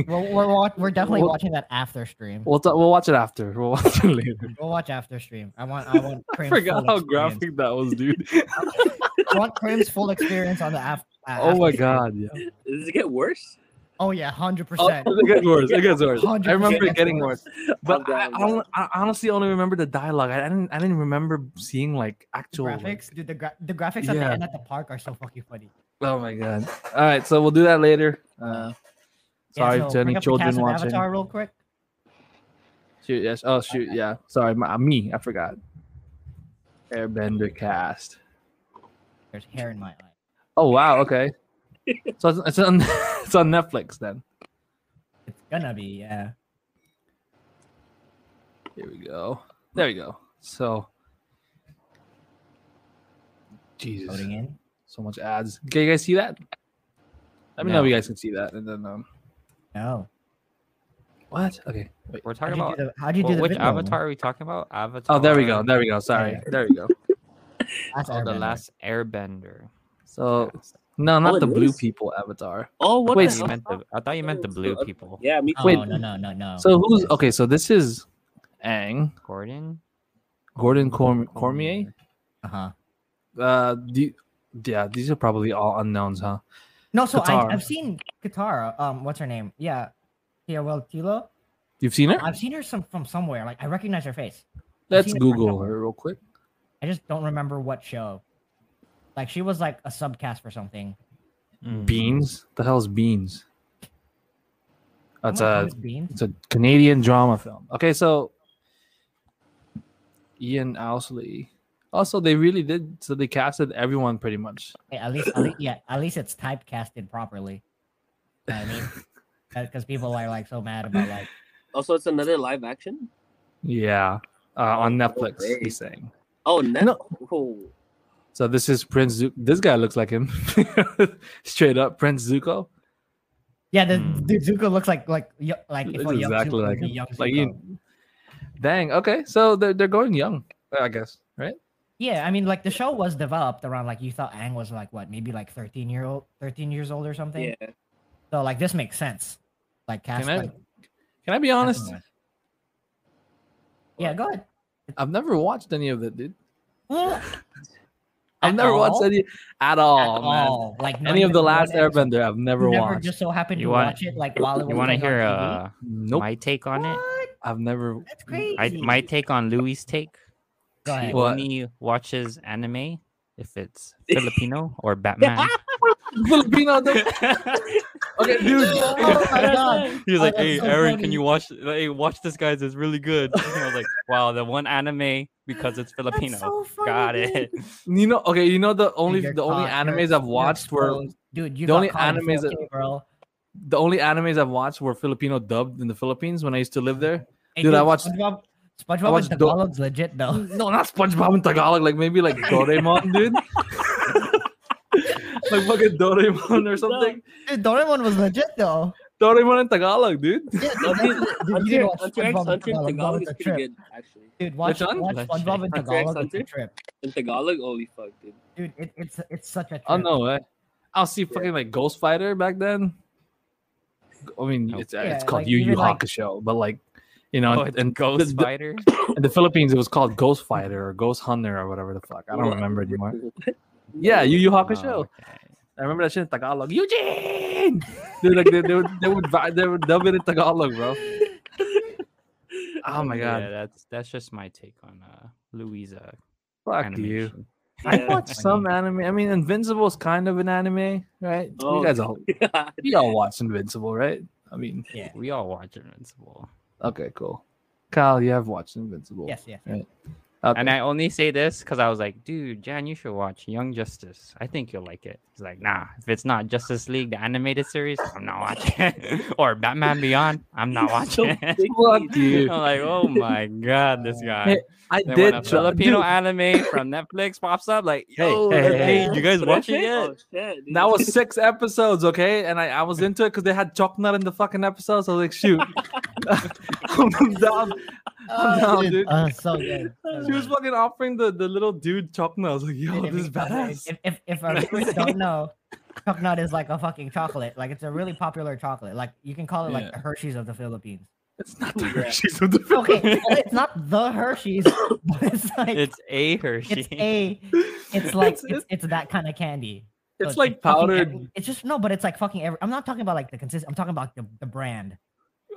A: we're, wa- we're definitely
B: We'll-
A: watching that after stream. We'll,
B: we'll ta- we'll watch it after. We'll watch it later.
A: watch after stream. I want I want
B: I
A: Kareem's
B: forgot
A: full
B: how
A: experience.
B: graphic that was, dude.
A: I want Kareem's full experience on the uh, after.
B: oh my god, yeah.
D: Does it get worse?
A: Oh yeah, hundred
B: Oh,
A: percent.
B: it gets worse. It gets worse. I
A: 100%
B: remember it
A: gets
B: getting
A: worse.
B: worse. But I,
D: I'm down,
B: I,
D: I'm
B: don't, I honestly only remember the dialogue. I, I didn't. I didn't remember seeing like actual. like-
A: Graphics, dude. The, gra- the graphics at
B: Yeah.
A: the end at the park are so fucking funny.
B: oh my god. All right, so we'll do that later.
A: Yeah,
B: Uh, sorry
A: so
B: to
A: bring
B: any
A: up the
B: children
A: cast of
B: watching.
A: Avatar real quick.
B: Shoot, yes. Oh, shoot. Yeah. Sorry. My, uh, me. I forgot. Airbender cast.
A: There's hair in my eye.
B: Oh, wow. Okay. so it's, it's, on, it's on Netflix then.
A: It's gonna be yeah.
B: Here we go. There we go. So, Jesus.
A: Loading in.
B: So much ads. Can you guys see that? Let me know if
C: No.
B: you guys can see that. And then, um,
A: No.
B: what? Okay. Wait.
C: We're talking
A: How'd you
C: about
A: do the, how'd you do
C: Well,
A: the
C: which
A: video one?
C: avatar are we talking about? Avatar.
B: Oh, there we go. There we go. Sorry. There we go.
A: Last
C: oh, the
A: Airbender.
C: last Airbender.
B: So, no, not
D: Oh, it
B: the blue
D: is?
B: people avatar.
D: Oh, what
B: Wait,
D: the
C: I,
D: hell?
C: meant the, I thought you meant the blue people.
D: Yeah, me too.
A: Oh
B: Wait.
A: no no no no.
B: So, who's okay? So, this is Aang,
C: Gordon.
B: Gordon Corm- Cormier.
A: Uh huh.
B: Uh, the, yeah, these are probably all unknowns, huh?
A: No, so I,
B: Katara.
A: I've seen Katara. Um, what's her name? Yeah, Tia Well Tilo.
B: You've seen her?
A: I've seen her some from somewhere. Like I recognize her face.
B: Let's
A: seen her
B: Google
A: somewhere.
B: her real quick.
A: I just don't remember what show. Like she was like a subcast for something.
C: Mm.
B: Beans. The hell's Beans? That's
A: I'm like,
B: a
A: "Who's Beans.
B: it's a Canadian drama film. Okay, so Ian Owsley. Also, they really did. So they casted everyone pretty much.
A: Hey, at least, at least, yeah, at least it's typecasted properly. You know what I mean, because people are like so mad about like
D: Also, it's another live action.
B: Yeah, uh, on
D: Oh,
B: Netflix.
D: great.
B: He's saying.
D: Oh, no.
B: No.
D: Oh,
B: So this is Prince. Zu- this guy looks like him, straight up Prince Zuko.
A: Yeah, the
C: Hmm.
A: dude Zuko looks like like yo- like if
B: It's
A: a young
B: exactly
A: Zuko,
B: like
A: would be
B: him.
A: young
B: Like
A: Zuko.
B: you- Dang. Okay, so they're they're going young, I guess. Right.
A: Yeah, I mean like the show was developed around like you thought Ang was like what maybe like thirteen year old, thirteen years old or something.
D: yeah.
A: So like this makes sense. Like cast.
B: Can I-
A: like, cast
B: Can I be honest?
A: someone. Yeah, go ahead.
B: I've never watched any of it, dude.
A: At
B: I've never watched
A: all?
B: any
A: At
B: at all, man.
A: all. Like not
B: Any of
A: even
B: the
A: one
B: last
A: episode.
B: Airbender, I've never,
A: Never
B: watched.
A: just so happened
C: You
A: to
C: wanna-
A: watch it like while it was
C: You want to
A: like, on
C: hear
A: TV?
C: uh,
B: Nope,
C: my take on it?
A: What?
B: I've never.
A: That's crazy.
C: I, my take on Louis' take.
A: Go
C: He
A: ahead. Oh
B: What?
C: only watches anime if it's Filipino or Batman.
B: Filipino. dude. okay, dude.
A: Oh my god.
C: He was
A: Oh, that's
C: like, "Hey,
A: so
C: Aaron,
A: funny.
C: can you watch? Hey, watch this, guys. It's really good." I was like, "Wow, the one anime because it's
A: That's
C: Filipino.
A: so funny,
C: Got
A: dude.
C: it."
B: You know, okay, you know the only
A: Dude,
B: the
A: you're
B: only
A: caught. You're-
B: animes I've
A: you're
B: watched were
A: exposed. dude. You
B: the
A: got
B: only
A: caught in
B: animes that-
A: 4K, bro.
B: the only animes I've watched were Filipino dubbed in the Philippines when I used to live there.
A: Hey,
B: Dude, I watched-
A: SpongeBob. SpongeBob
B: I
A: and
B: watched Do-
A: Tagalog's legit though.
B: No, not SpongeBob in Tagalog, like maybe like Doraemon, dude. like fucking Doraemon or something.
A: Dude, Doraemon was legit though.
B: Doraemon in Tagalog, dude.
A: Yeah, dude,
D: Hunter
A: that's- dude, you
D: Hunter-
A: didn't watch
D: Hunter x
A: SpongeBob in Tagalog, that
D: Hunter in Tagalog
A: was
D: is
A: a
D: pretty
A: trip.
D: good, actually.
A: Dude, watch,
B: one?
A: watch
C: Let's
A: SpongeBob in
C: check.
D: Hunter
A: Tagalog.
D: x
A: It's a
D: Hunter?
A: trip,
D: In Tagalog, holy fuck, dude.
A: dude. It, it's it's such a trip.
B: Oh no way! I'll see fucking like Ghost Fighter back then. I mean,
C: Nope.
B: it's uh it's
A: Yeah,
B: called
A: like,
B: Yu Yu
A: even, like-
B: Hakusho, but like, you know,
C: oh, it's
B: and
C: Ghost
B: the,
C: Spider.
B: in the Philippines it was called Ghost Fighter or Ghost Hunter or whatever the fuck. I don't
D: What?
B: remember anymore. Yeah, Yu Yu Hakusho.
C: Oh, okay.
B: I remember that shit in Tagalog. Eugene, dude, like they, they would they would vi- they would dub it in Tagalog, bro. Oh my
C: Yeah,
B: god,
C: that's that's just my take on uh, Louisa.
B: fuck you.
C: animation.
B: I
D: Yeah.
B: watched some anime. I mean, Invincible is kind of an anime, right?
D: Oh,
B: you guys all
D: God.
B: you all watch Invincible, right? I mean,
A: Yeah.
C: We all watch Invincible.
B: Okay, cool. Kyle, you have watched Invincible.
A: Yes, yes.
B: Right. Okay.
C: And I only say this because I was like, dude, Jan, you should watch Young Justice. I think you'll like it. He's like, nah, if it's not Justice League, the animated series, I'm not watching it. or Batman Beyond, I'm not
D: So
C: watching it.
D: big.
B: Fuck
C: I'm
B: you.
C: like, oh my god, this guy.
B: Hey, I
C: Then
B: did
C: when a
B: try-
C: Filipino
B: Dude,
C: anime from Netflix pops up, like,
B: Hey,
C: yo,
B: hey,
C: hey,
B: hey,
C: you guys watch it yet?
D: Oh, shit, dude.
B: That was six episodes, okay? And I, I was into it because they had Choknut in the fucking episode. So I was like, shoot, I'm down. I'm down, dude.
A: Uh, so good. So
B: She was
A: good.
B: fucking offering the, the little dude chocolate. I was like, yo,
A: Dude, if
B: this is
A: you don't know-
B: badass.
A: If if, if our viewers don't know, Chuck Nut is like a fucking chocolate. Like it's a really popular chocolate. Like you can call it like
B: Yeah.
A: the Hershey's of the Philippines.
B: It's not the
D: Yeah.
B: Hershey's of the
A: Okay,
B: Philippines.
A: well, it's not the Hershey's, but it's like it's,
C: It's a Hershey.
A: a it's like it's,
B: it's,
A: it's, that kind of candy. So
B: it's like
A: fucking
B: powdered.
A: every- It's just no, but it's like fucking. Every, I'm not talking about like the consist. I'm talking about the, the brand.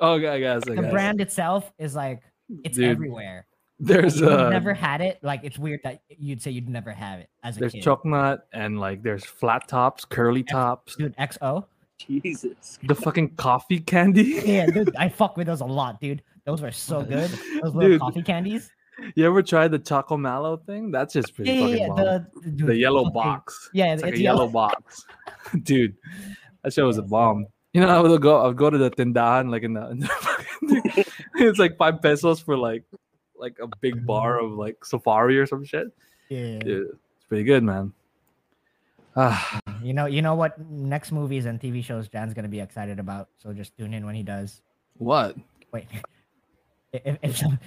B: Oh, God, guys, I
A: The
B: guess.
A: brand itself is like it's
B: Dude,
A: everywhere.
B: There's
A: If
B: uh,
A: you've never had it. Like it's weird that you'd say you'd never have it as a
B: there's
A: kid.
B: chocolate and like there's flat tops, curly tops,
A: Dude, XO.
D: Jesus.
B: the fucking coffee candy.
A: Yeah, dude, I fuck with those a lot, dude. Those were so good. Those little
B: Dude.
A: coffee candies.
B: You ever tried the Choco Mallow thing? That's just pretty
A: Yeah, yeah,
B: fucking
A: yeah.
B: wild.
A: The,
B: The,
A: dude,
B: yellow
A: fucking-
B: box.
A: Yeah,
B: It's like a yellow box. Dude, that show was a
A: Yeah.
B: bomb. You know, I would go I would go to the tindahan like in the, in the fucking- it's like five pesos for like like a big bar of like safari or some shit.
A: Yeah.
B: Dude, it's pretty good, man. Ah,
A: You know, you know what next movies and TV shows Jan's gonna be excited about. So just tune in when he does.
B: what?
A: Wait, if if, some-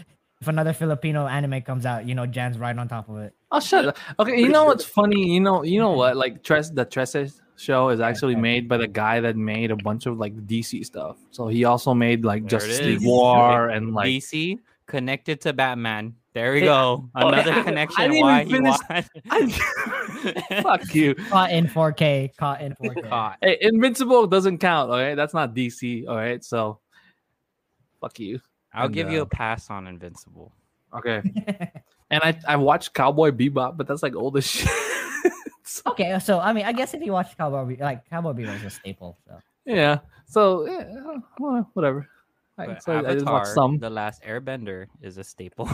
A: if another Filipino anime comes out, you know Jan's right on top of it.
B: Oh shut up. Okay, you know what's funny? You know, you know what? Like Tres the Tresse show is actually made by the guy that made a bunch of like DC stuff. So he also made like
C: There it
B: Justice League
C: is.
B: War
C: Okay,
B: and like
C: DC connected to Batman. There we
B: Hey, oh,
C: go. Another
B: I
C: connection.
B: didn't
C: why
B: even
C: he
B: finish-
C: won.
B: I- fuck you.
A: Caught in 4K. Caught in 4K.
C: Caught.
B: Uh, Hey, Invincible doesn't count, all right? That's not DC, all right? So fuck you.
C: I'll
B: And,
C: give you
B: uh,
C: a pass on Invincible.
B: Okay. and I I watched Cowboy Bebop, but that's like old as shit. So,
A: okay, so I mean, I guess if you watch Cowboy, Be- like Cowboy Bebop is a staple. So
B: yeah. So yeah, well, whatever. I,
C: But
B: so I just
C: Avatar,
B: watched some.
C: the last Airbender, is a staple.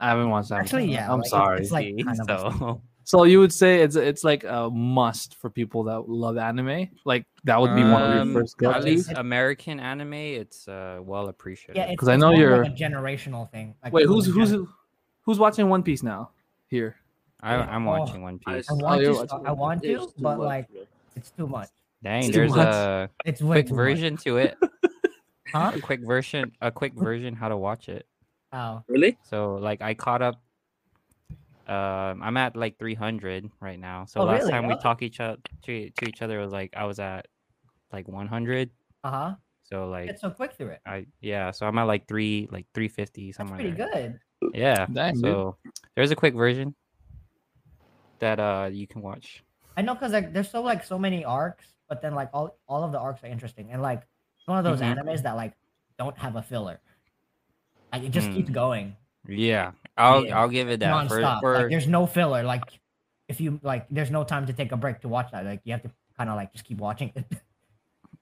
B: I haven't watched that.
A: Actually, yeah,
B: I'm
A: like, it's-
B: sorry.
A: it's like
C: See?
A: kind of a-
C: so
B: So you would say it's it's like a must for people that love anime. Like that would be one of
C: Um,
B: your first go
C: at
B: to.
C: least American anime, it's uh, well appreciated.
A: yeah, it's-
B: 'Cause I
A: it's
B: know
A: more
B: you're-
A: like a generational thing. Like,
B: Wait,
A: people
B: who's
A: in
B: who's
A: gen-
B: who's watching One Piece now? Here,
C: I,
A: yeah.
C: I'm
A: Oh,
C: watching One
D: I
C: Piece.
A: I
D: Oh,
A: want
B: you're
A: to,
B: watching
A: I want
D: It's
A: to,
D: too
A: but
D: much,
A: like
D: bro.
A: it's too much.
C: Dang,
B: It's too
C: there's
B: much.
C: a
A: It's way
C: quick
A: too much.
C: version to it.
A: huh?
C: A quick version, a quick version how to watch it.
A: Wow.
D: Really?
C: So like I caught up. Um, I'm at like 300 right now. So
A: Oh,
C: last
A: really?
C: time we
A: Oh.
C: talk each other to, to each other was like I was at like 100.
A: Uh huh.
C: So like
A: Get so quick through it.
C: I yeah. So I'm at like three like 350
A: That's
C: somewhere.
A: pretty
C: there.
A: good.
C: Yeah.
B: Dang, dude.
C: so there's a quick version that uh you can watch.
A: I know because like there's so like so many arcs, but then like all all of the arcs are interesting, and like it's one of those
C: Mhm.
B: Mm-hmm.
A: animes that like don't have a filler. Like it
B: Hmm.
A: just keeps going
C: Yeah. I'll
A: Yeah.
C: I'll give it that
A: nonstop.
C: for,
A: Like,
C: for
A: there's no filler. Like if you like, there's no time to take a break to watch that. Like you have to kind of like just keep watching it.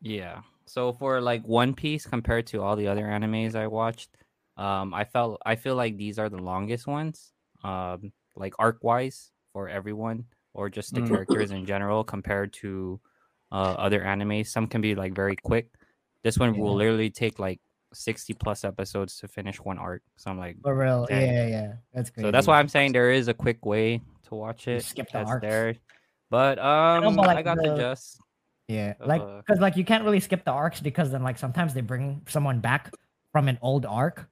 C: Yeah. So for like One Piece compared to all the other animes I watched, um, I felt I feel like these are the longest ones, um, like arc wise for everyone or just the
B: Mm.
C: characters in general compared to uh, other animes. Some can be like very quick. This one will literally take like sixty plus episodes to finish one arc. So I'm like,
A: For real.
C: Dang.
A: Yeah, yeah. That's crazy.
C: so that's why I'm saying there is a quick way to watch it.
A: skip the
C: that's
A: arcs.
C: there. But um,
A: but,
C: I
A: like,
C: got the
A: the-
C: just.
A: Yeah, like
C: Uh,
A: because like you can't really skip the arcs because then like sometimes they bring someone back from an old arc,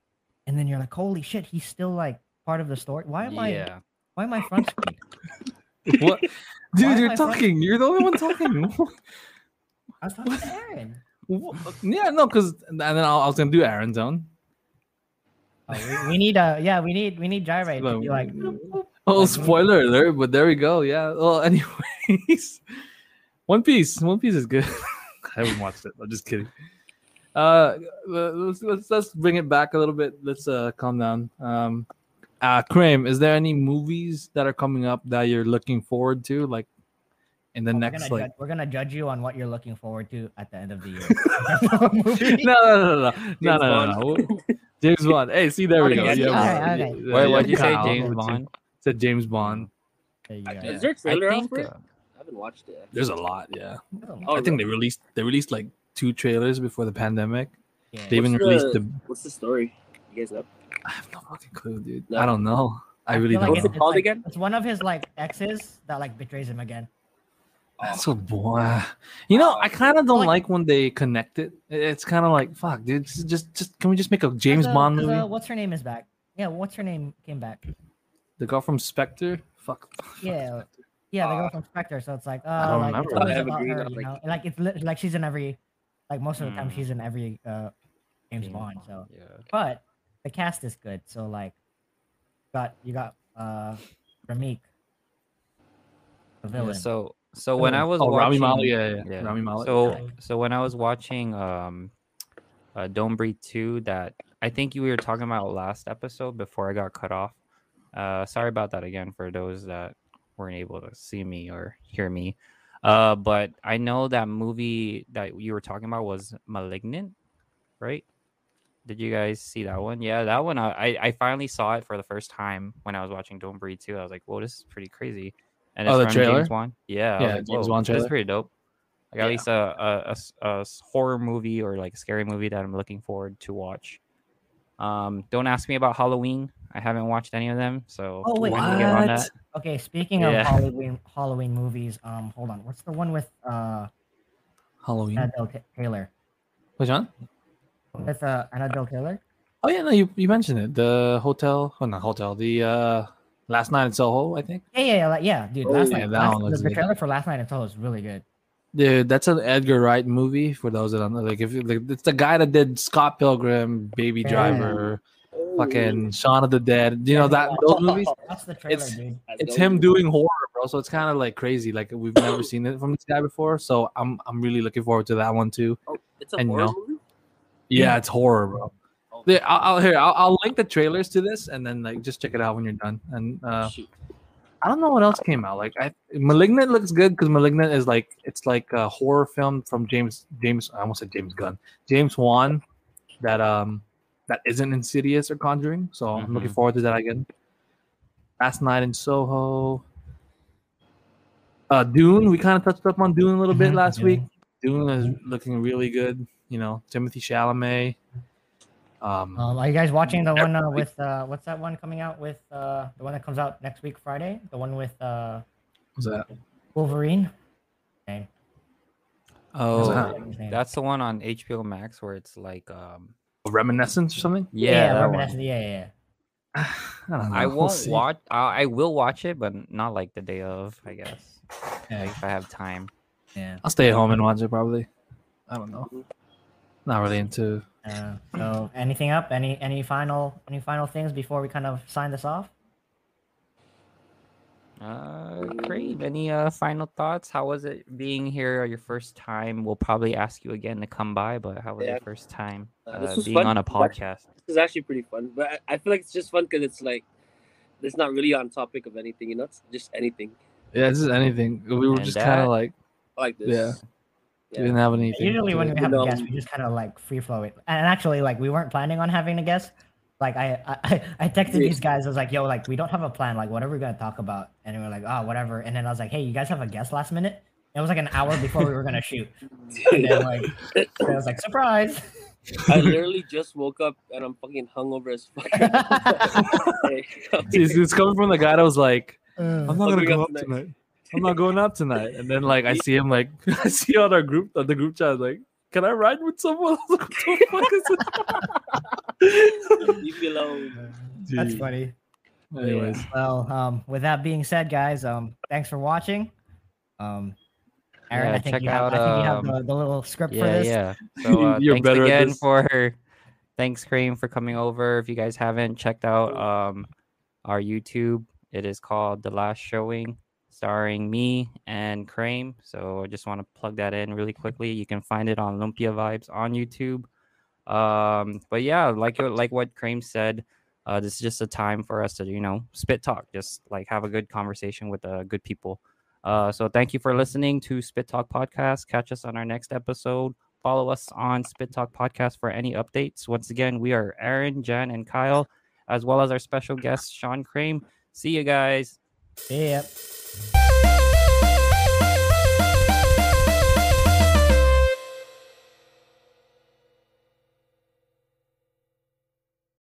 A: and then you're like, holy shit, he's still like part of the story. Why am I?
C: Yeah.
A: Why am I front screen?
B: what? Dude,
A: am
B: you're
A: I talking-
B: talking. You're the only one talking.
A: I was talking to Aaron.
B: Wha- yeah, no, because and then I I was gonna do Aaron Zone.
A: Oh, we, we need a yeah. We need we need Gyrate to be like.
B: Slow.
A: "Boop, boop."
B: Oh,
A: Like,
B: spoiler alert! But there we go. Yeah. Well, anyways, One Piece. One Piece is good. I haven't watched it. I'm just kidding. Uh, let's, let's let's bring it back a little bit. Let's uh calm down. Um, uh, Krim, is there any movies that are coming up that you're looking forward to, like in the
A: Oh, we're
B: next
A: gonna
B: like?
A: judge, we're gonna judge you on what you're looking forward to at the end of the year.
B: No, no, no, no, no, no, no, no.
D: James
B: James Bond. Hey, see, there we
D: Okay,
B: go.
D: okay,
A: alright,
B: yeah,
A: okay.
B: yeah,
C: Wait,
B: yeah,
C: what'd you say,
B: Kyle.
C: James Bond?
B: Said James Bond.
A: There you go.
D: Is there a
C: I
D: trailer out
C: think,
D: for it?
C: uh,
D: I haven't watched it.
B: There's a lot. Yeah.
A: I don't know.
D: Oh,
B: I think they released they released like two trailers before the pandemic.
A: Yeah.
B: They even
D: What's
B: released
D: the-
B: the.
D: What's the story? You guys know?
B: I have no fucking clue, dude.
D: No.
B: I don't know. I
A: I
B: really
A: feel like
B: don't
A: it's-
B: know.
A: it's
D: Called
A: like-
D: again?
A: It's one of his like exes that like betrays him again.
B: That's a boy. You know, I kind of don't
A: Like-
B: like when they connect it. It- It's kind of like, fuck, dude. Just, just, just, can we just make a James
A: As a-
B: Bond
A: as a-
B: movie?
D: uh,
A: what's her name is back? Yeah, what's her name came back?
B: the girl from Spectre. Fuck.
A: Yeah, yeah, the girl
D: Uh,
A: from Spectre. So it's like, uh,
B: don't
A: like, it's
B: remember.
A: always
D: I have a
A: about
D: green
A: her,
D: up
A: you
D: like
A: know? like it's li- like she's in every, like most of the time
C: Hmm.
A: she's in every uh, James Bond. So,
C: Yeah.
A: but the cast is good. So like, got you got uh, Ramik, the
C: Yeah,
A: villain.
C: so so when I was
B: oh, Rami
C: watching,
B: Malek. Yeah, yeah, yeah. Rami Malek.
C: So so when I was watching um, uh, Don't Breathe Two, that I think you we were talking about last episode before I got cut off. Uh, sorry about that again for those that weren't able to see me or hear me. Uh, but I know that movie that you were talking about was Malignant, right? Did you guys see that one? Yeah, that one. I, I- I finally saw it for the first time when I was watching Don't Breathe 2. I was like, whoa, this is pretty crazy. And
B: Oh,
C: it's
B: the
C: from
B: trailer?
C: James Wan. Yeah. I
B: Yeah,
C: was like,
B: James
C: whoa,
B: Wan
C: This is
B: trailer.
C: pretty dope. Like
B: Yeah.
C: at least a- a, a s- a s- horror movie or like a scary movie that I'm looking forward to watch. Um, don't ask me about Halloween. I haven't watched any of them, so
A: Oh, wait,
C: I can give
B: what?
C: on that.
A: okay, speaking
C: Yeah.
A: of Halloween Halloween movies, um, hold on, what's the one with uh
B: Halloween.
A: Anna Del Taylor?
B: Which one?
A: With uh, Anna Del Taylor?
B: Oh yeah, no, you, you mentioned it. The hotel, oh not hotel. The uh, last night in Soho, I think.
A: Yeah, yeah, yeah, like, yeah, dude.
B: Oh,
A: Last
B: yeah,
A: night,
B: that
A: last-
B: one looks
A: the, the
B: good.
A: trailer for Last Night in Soho is really good.
B: Dude, that's an Edgar Wright movie. For those that don't know, like, if you, like, it's the guy that did Scott Pilgrim, Baby
A: Yeah.
B: Driver, Oh. fucking Shaun of the Dead. You know that those movies.
A: That's the trailer,
B: It's-
A: dude.
D: That's
B: It's
D: dope.
B: him doing horror, bro. So it's kind of like crazy. Like we've never seen it from this guy before. So I'm I'm really looking forward to that one too.
D: Oh, it's a
B: and
D: horror
B: no.
D: movie.
B: Yeah,
A: Yeah.
B: it's horror, bro.
D: Oh,
B: Yeah, I'll, I'll here. I'll, I'll link the trailers to this, and then like just check it out when you're done. And uh,
D: shoot.
B: I don't know what else came out. Like, I, *Malignant* looks good because *Malignant* is like it's like a horror film from James James. I almost said James Gunn, James Wan, that um that isn't Insidious or Conjuring. So I'm looking
C: Mhm.
B: forward to that again. Last night in Soho. Uh, Dune. We kind of touched up on Dune a little bit
A: Mhm,
C: Mm-hmm.
B: last
A: Dune.
B: week. Dune is looking really good. You know, Timothy Chalamet. Um,
C: Uh,
A: Um, are you guys watching the one uh,
B: Everybody-
A: with uh, what's that one coming out with uh, the one that comes out next week Friday? The one with uh,
B: was that?
A: Wolverine. Name. That's
B: Oh,
C: Oh,
A: what his name.
C: that's the one on HBO Max where it's like, um,
B: Reminiscence or something?
C: yeah, that one.
A: Reminiscence- yeah, yeah, yeah.
B: I don't know.
C: I
B: We'll
C: won't
B: see.
C: watch. I, I will watch it, but not like the day of. I guess like, if I have time.
A: yeah.
B: I'll stay at home and watch it probably. I don't know. Not really into.
A: Uh, so, anything up? Any any final any final things before we kind of sign this off?
C: Uh, great. Any uh, final thoughts? How was it being here? Your first time? We'll probably ask you again to come by, but how was
D: Yeah.
C: your first time
D: Uh,
C: uh,
D: this was
C: being
D: fun.
C: on a
D: But-
C: podcast?
D: This is actually pretty fun, but I, I feel like it's just fun because it's like it's not really on topic of anything. You know, it's just anything
B: Yeah, this is anything. We were
C: And
B: just kind
C: that-
B: of like
D: I like this.
B: Yeah.
D: Yeah.
B: didn't have anything.
A: Usually,
B: to
A: when
B: it.
A: we have
D: No.
A: a guest, we just kind of like free flow it. And actually, like we weren't planning on having a guest. Like I, I, I texted
D: Yeah.
A: these guys. I was like, "Yo, like we don't have a plan. Like whatever we're gonna talk about." And they were like, "Oh, whatever." And then I was like, "Hey, you guys have a guest last minute?" It was like an hour before we were gonna shoot. And then like, I was like, "Surprise!"
D: I literally just woke up and I'm fucking hungover as fuck. Hey,
B: it's, it's coming from the guy that was like, "I'm
A: Uh,
B: not
D: What
B: gonna
D: we got
B: go up
D: tonight?"
B: tonight. I'm not going up tonight." And then like I see him like I see on our group on the group chat like, "Can I ride with someone?" I was like, what the fuck is
D: leave me alone.
A: That's
B: Dude.
A: funny.
B: it? Anyways,
A: Well, um, with that being said, guys, um, thanks for watching. Um, Aaron,
C: Yeah,
A: I think
C: check
A: you have,
C: out,
A: I think you have
C: um,
A: the, the little script for
C: Yeah,
A: this.
C: yeah. So uh,
B: You're
C: thanks
B: better at
C: again
B: this.
C: for thanks, Cream, for coming over. If you guys haven't checked out um our YouTube, it is called The Last Showing, starring me and Cream. So I just want to plug that in really quickly. You can find it on Lumpia Vibes on YouTube. Um, but yeah, like your- like what Cream said. Uh, this is just a time for us to, you know, spit talk, just like have a good conversation with uh, good people. Uh, so thank you for listening to Spit Talk Podcast. Catch us on our next episode follow us on Spit Talk Podcast for any updates. Once again, we are Aaron, Jan, and Kyle, as well as our special guest, Sean Crane. See you guys.
A: Yep.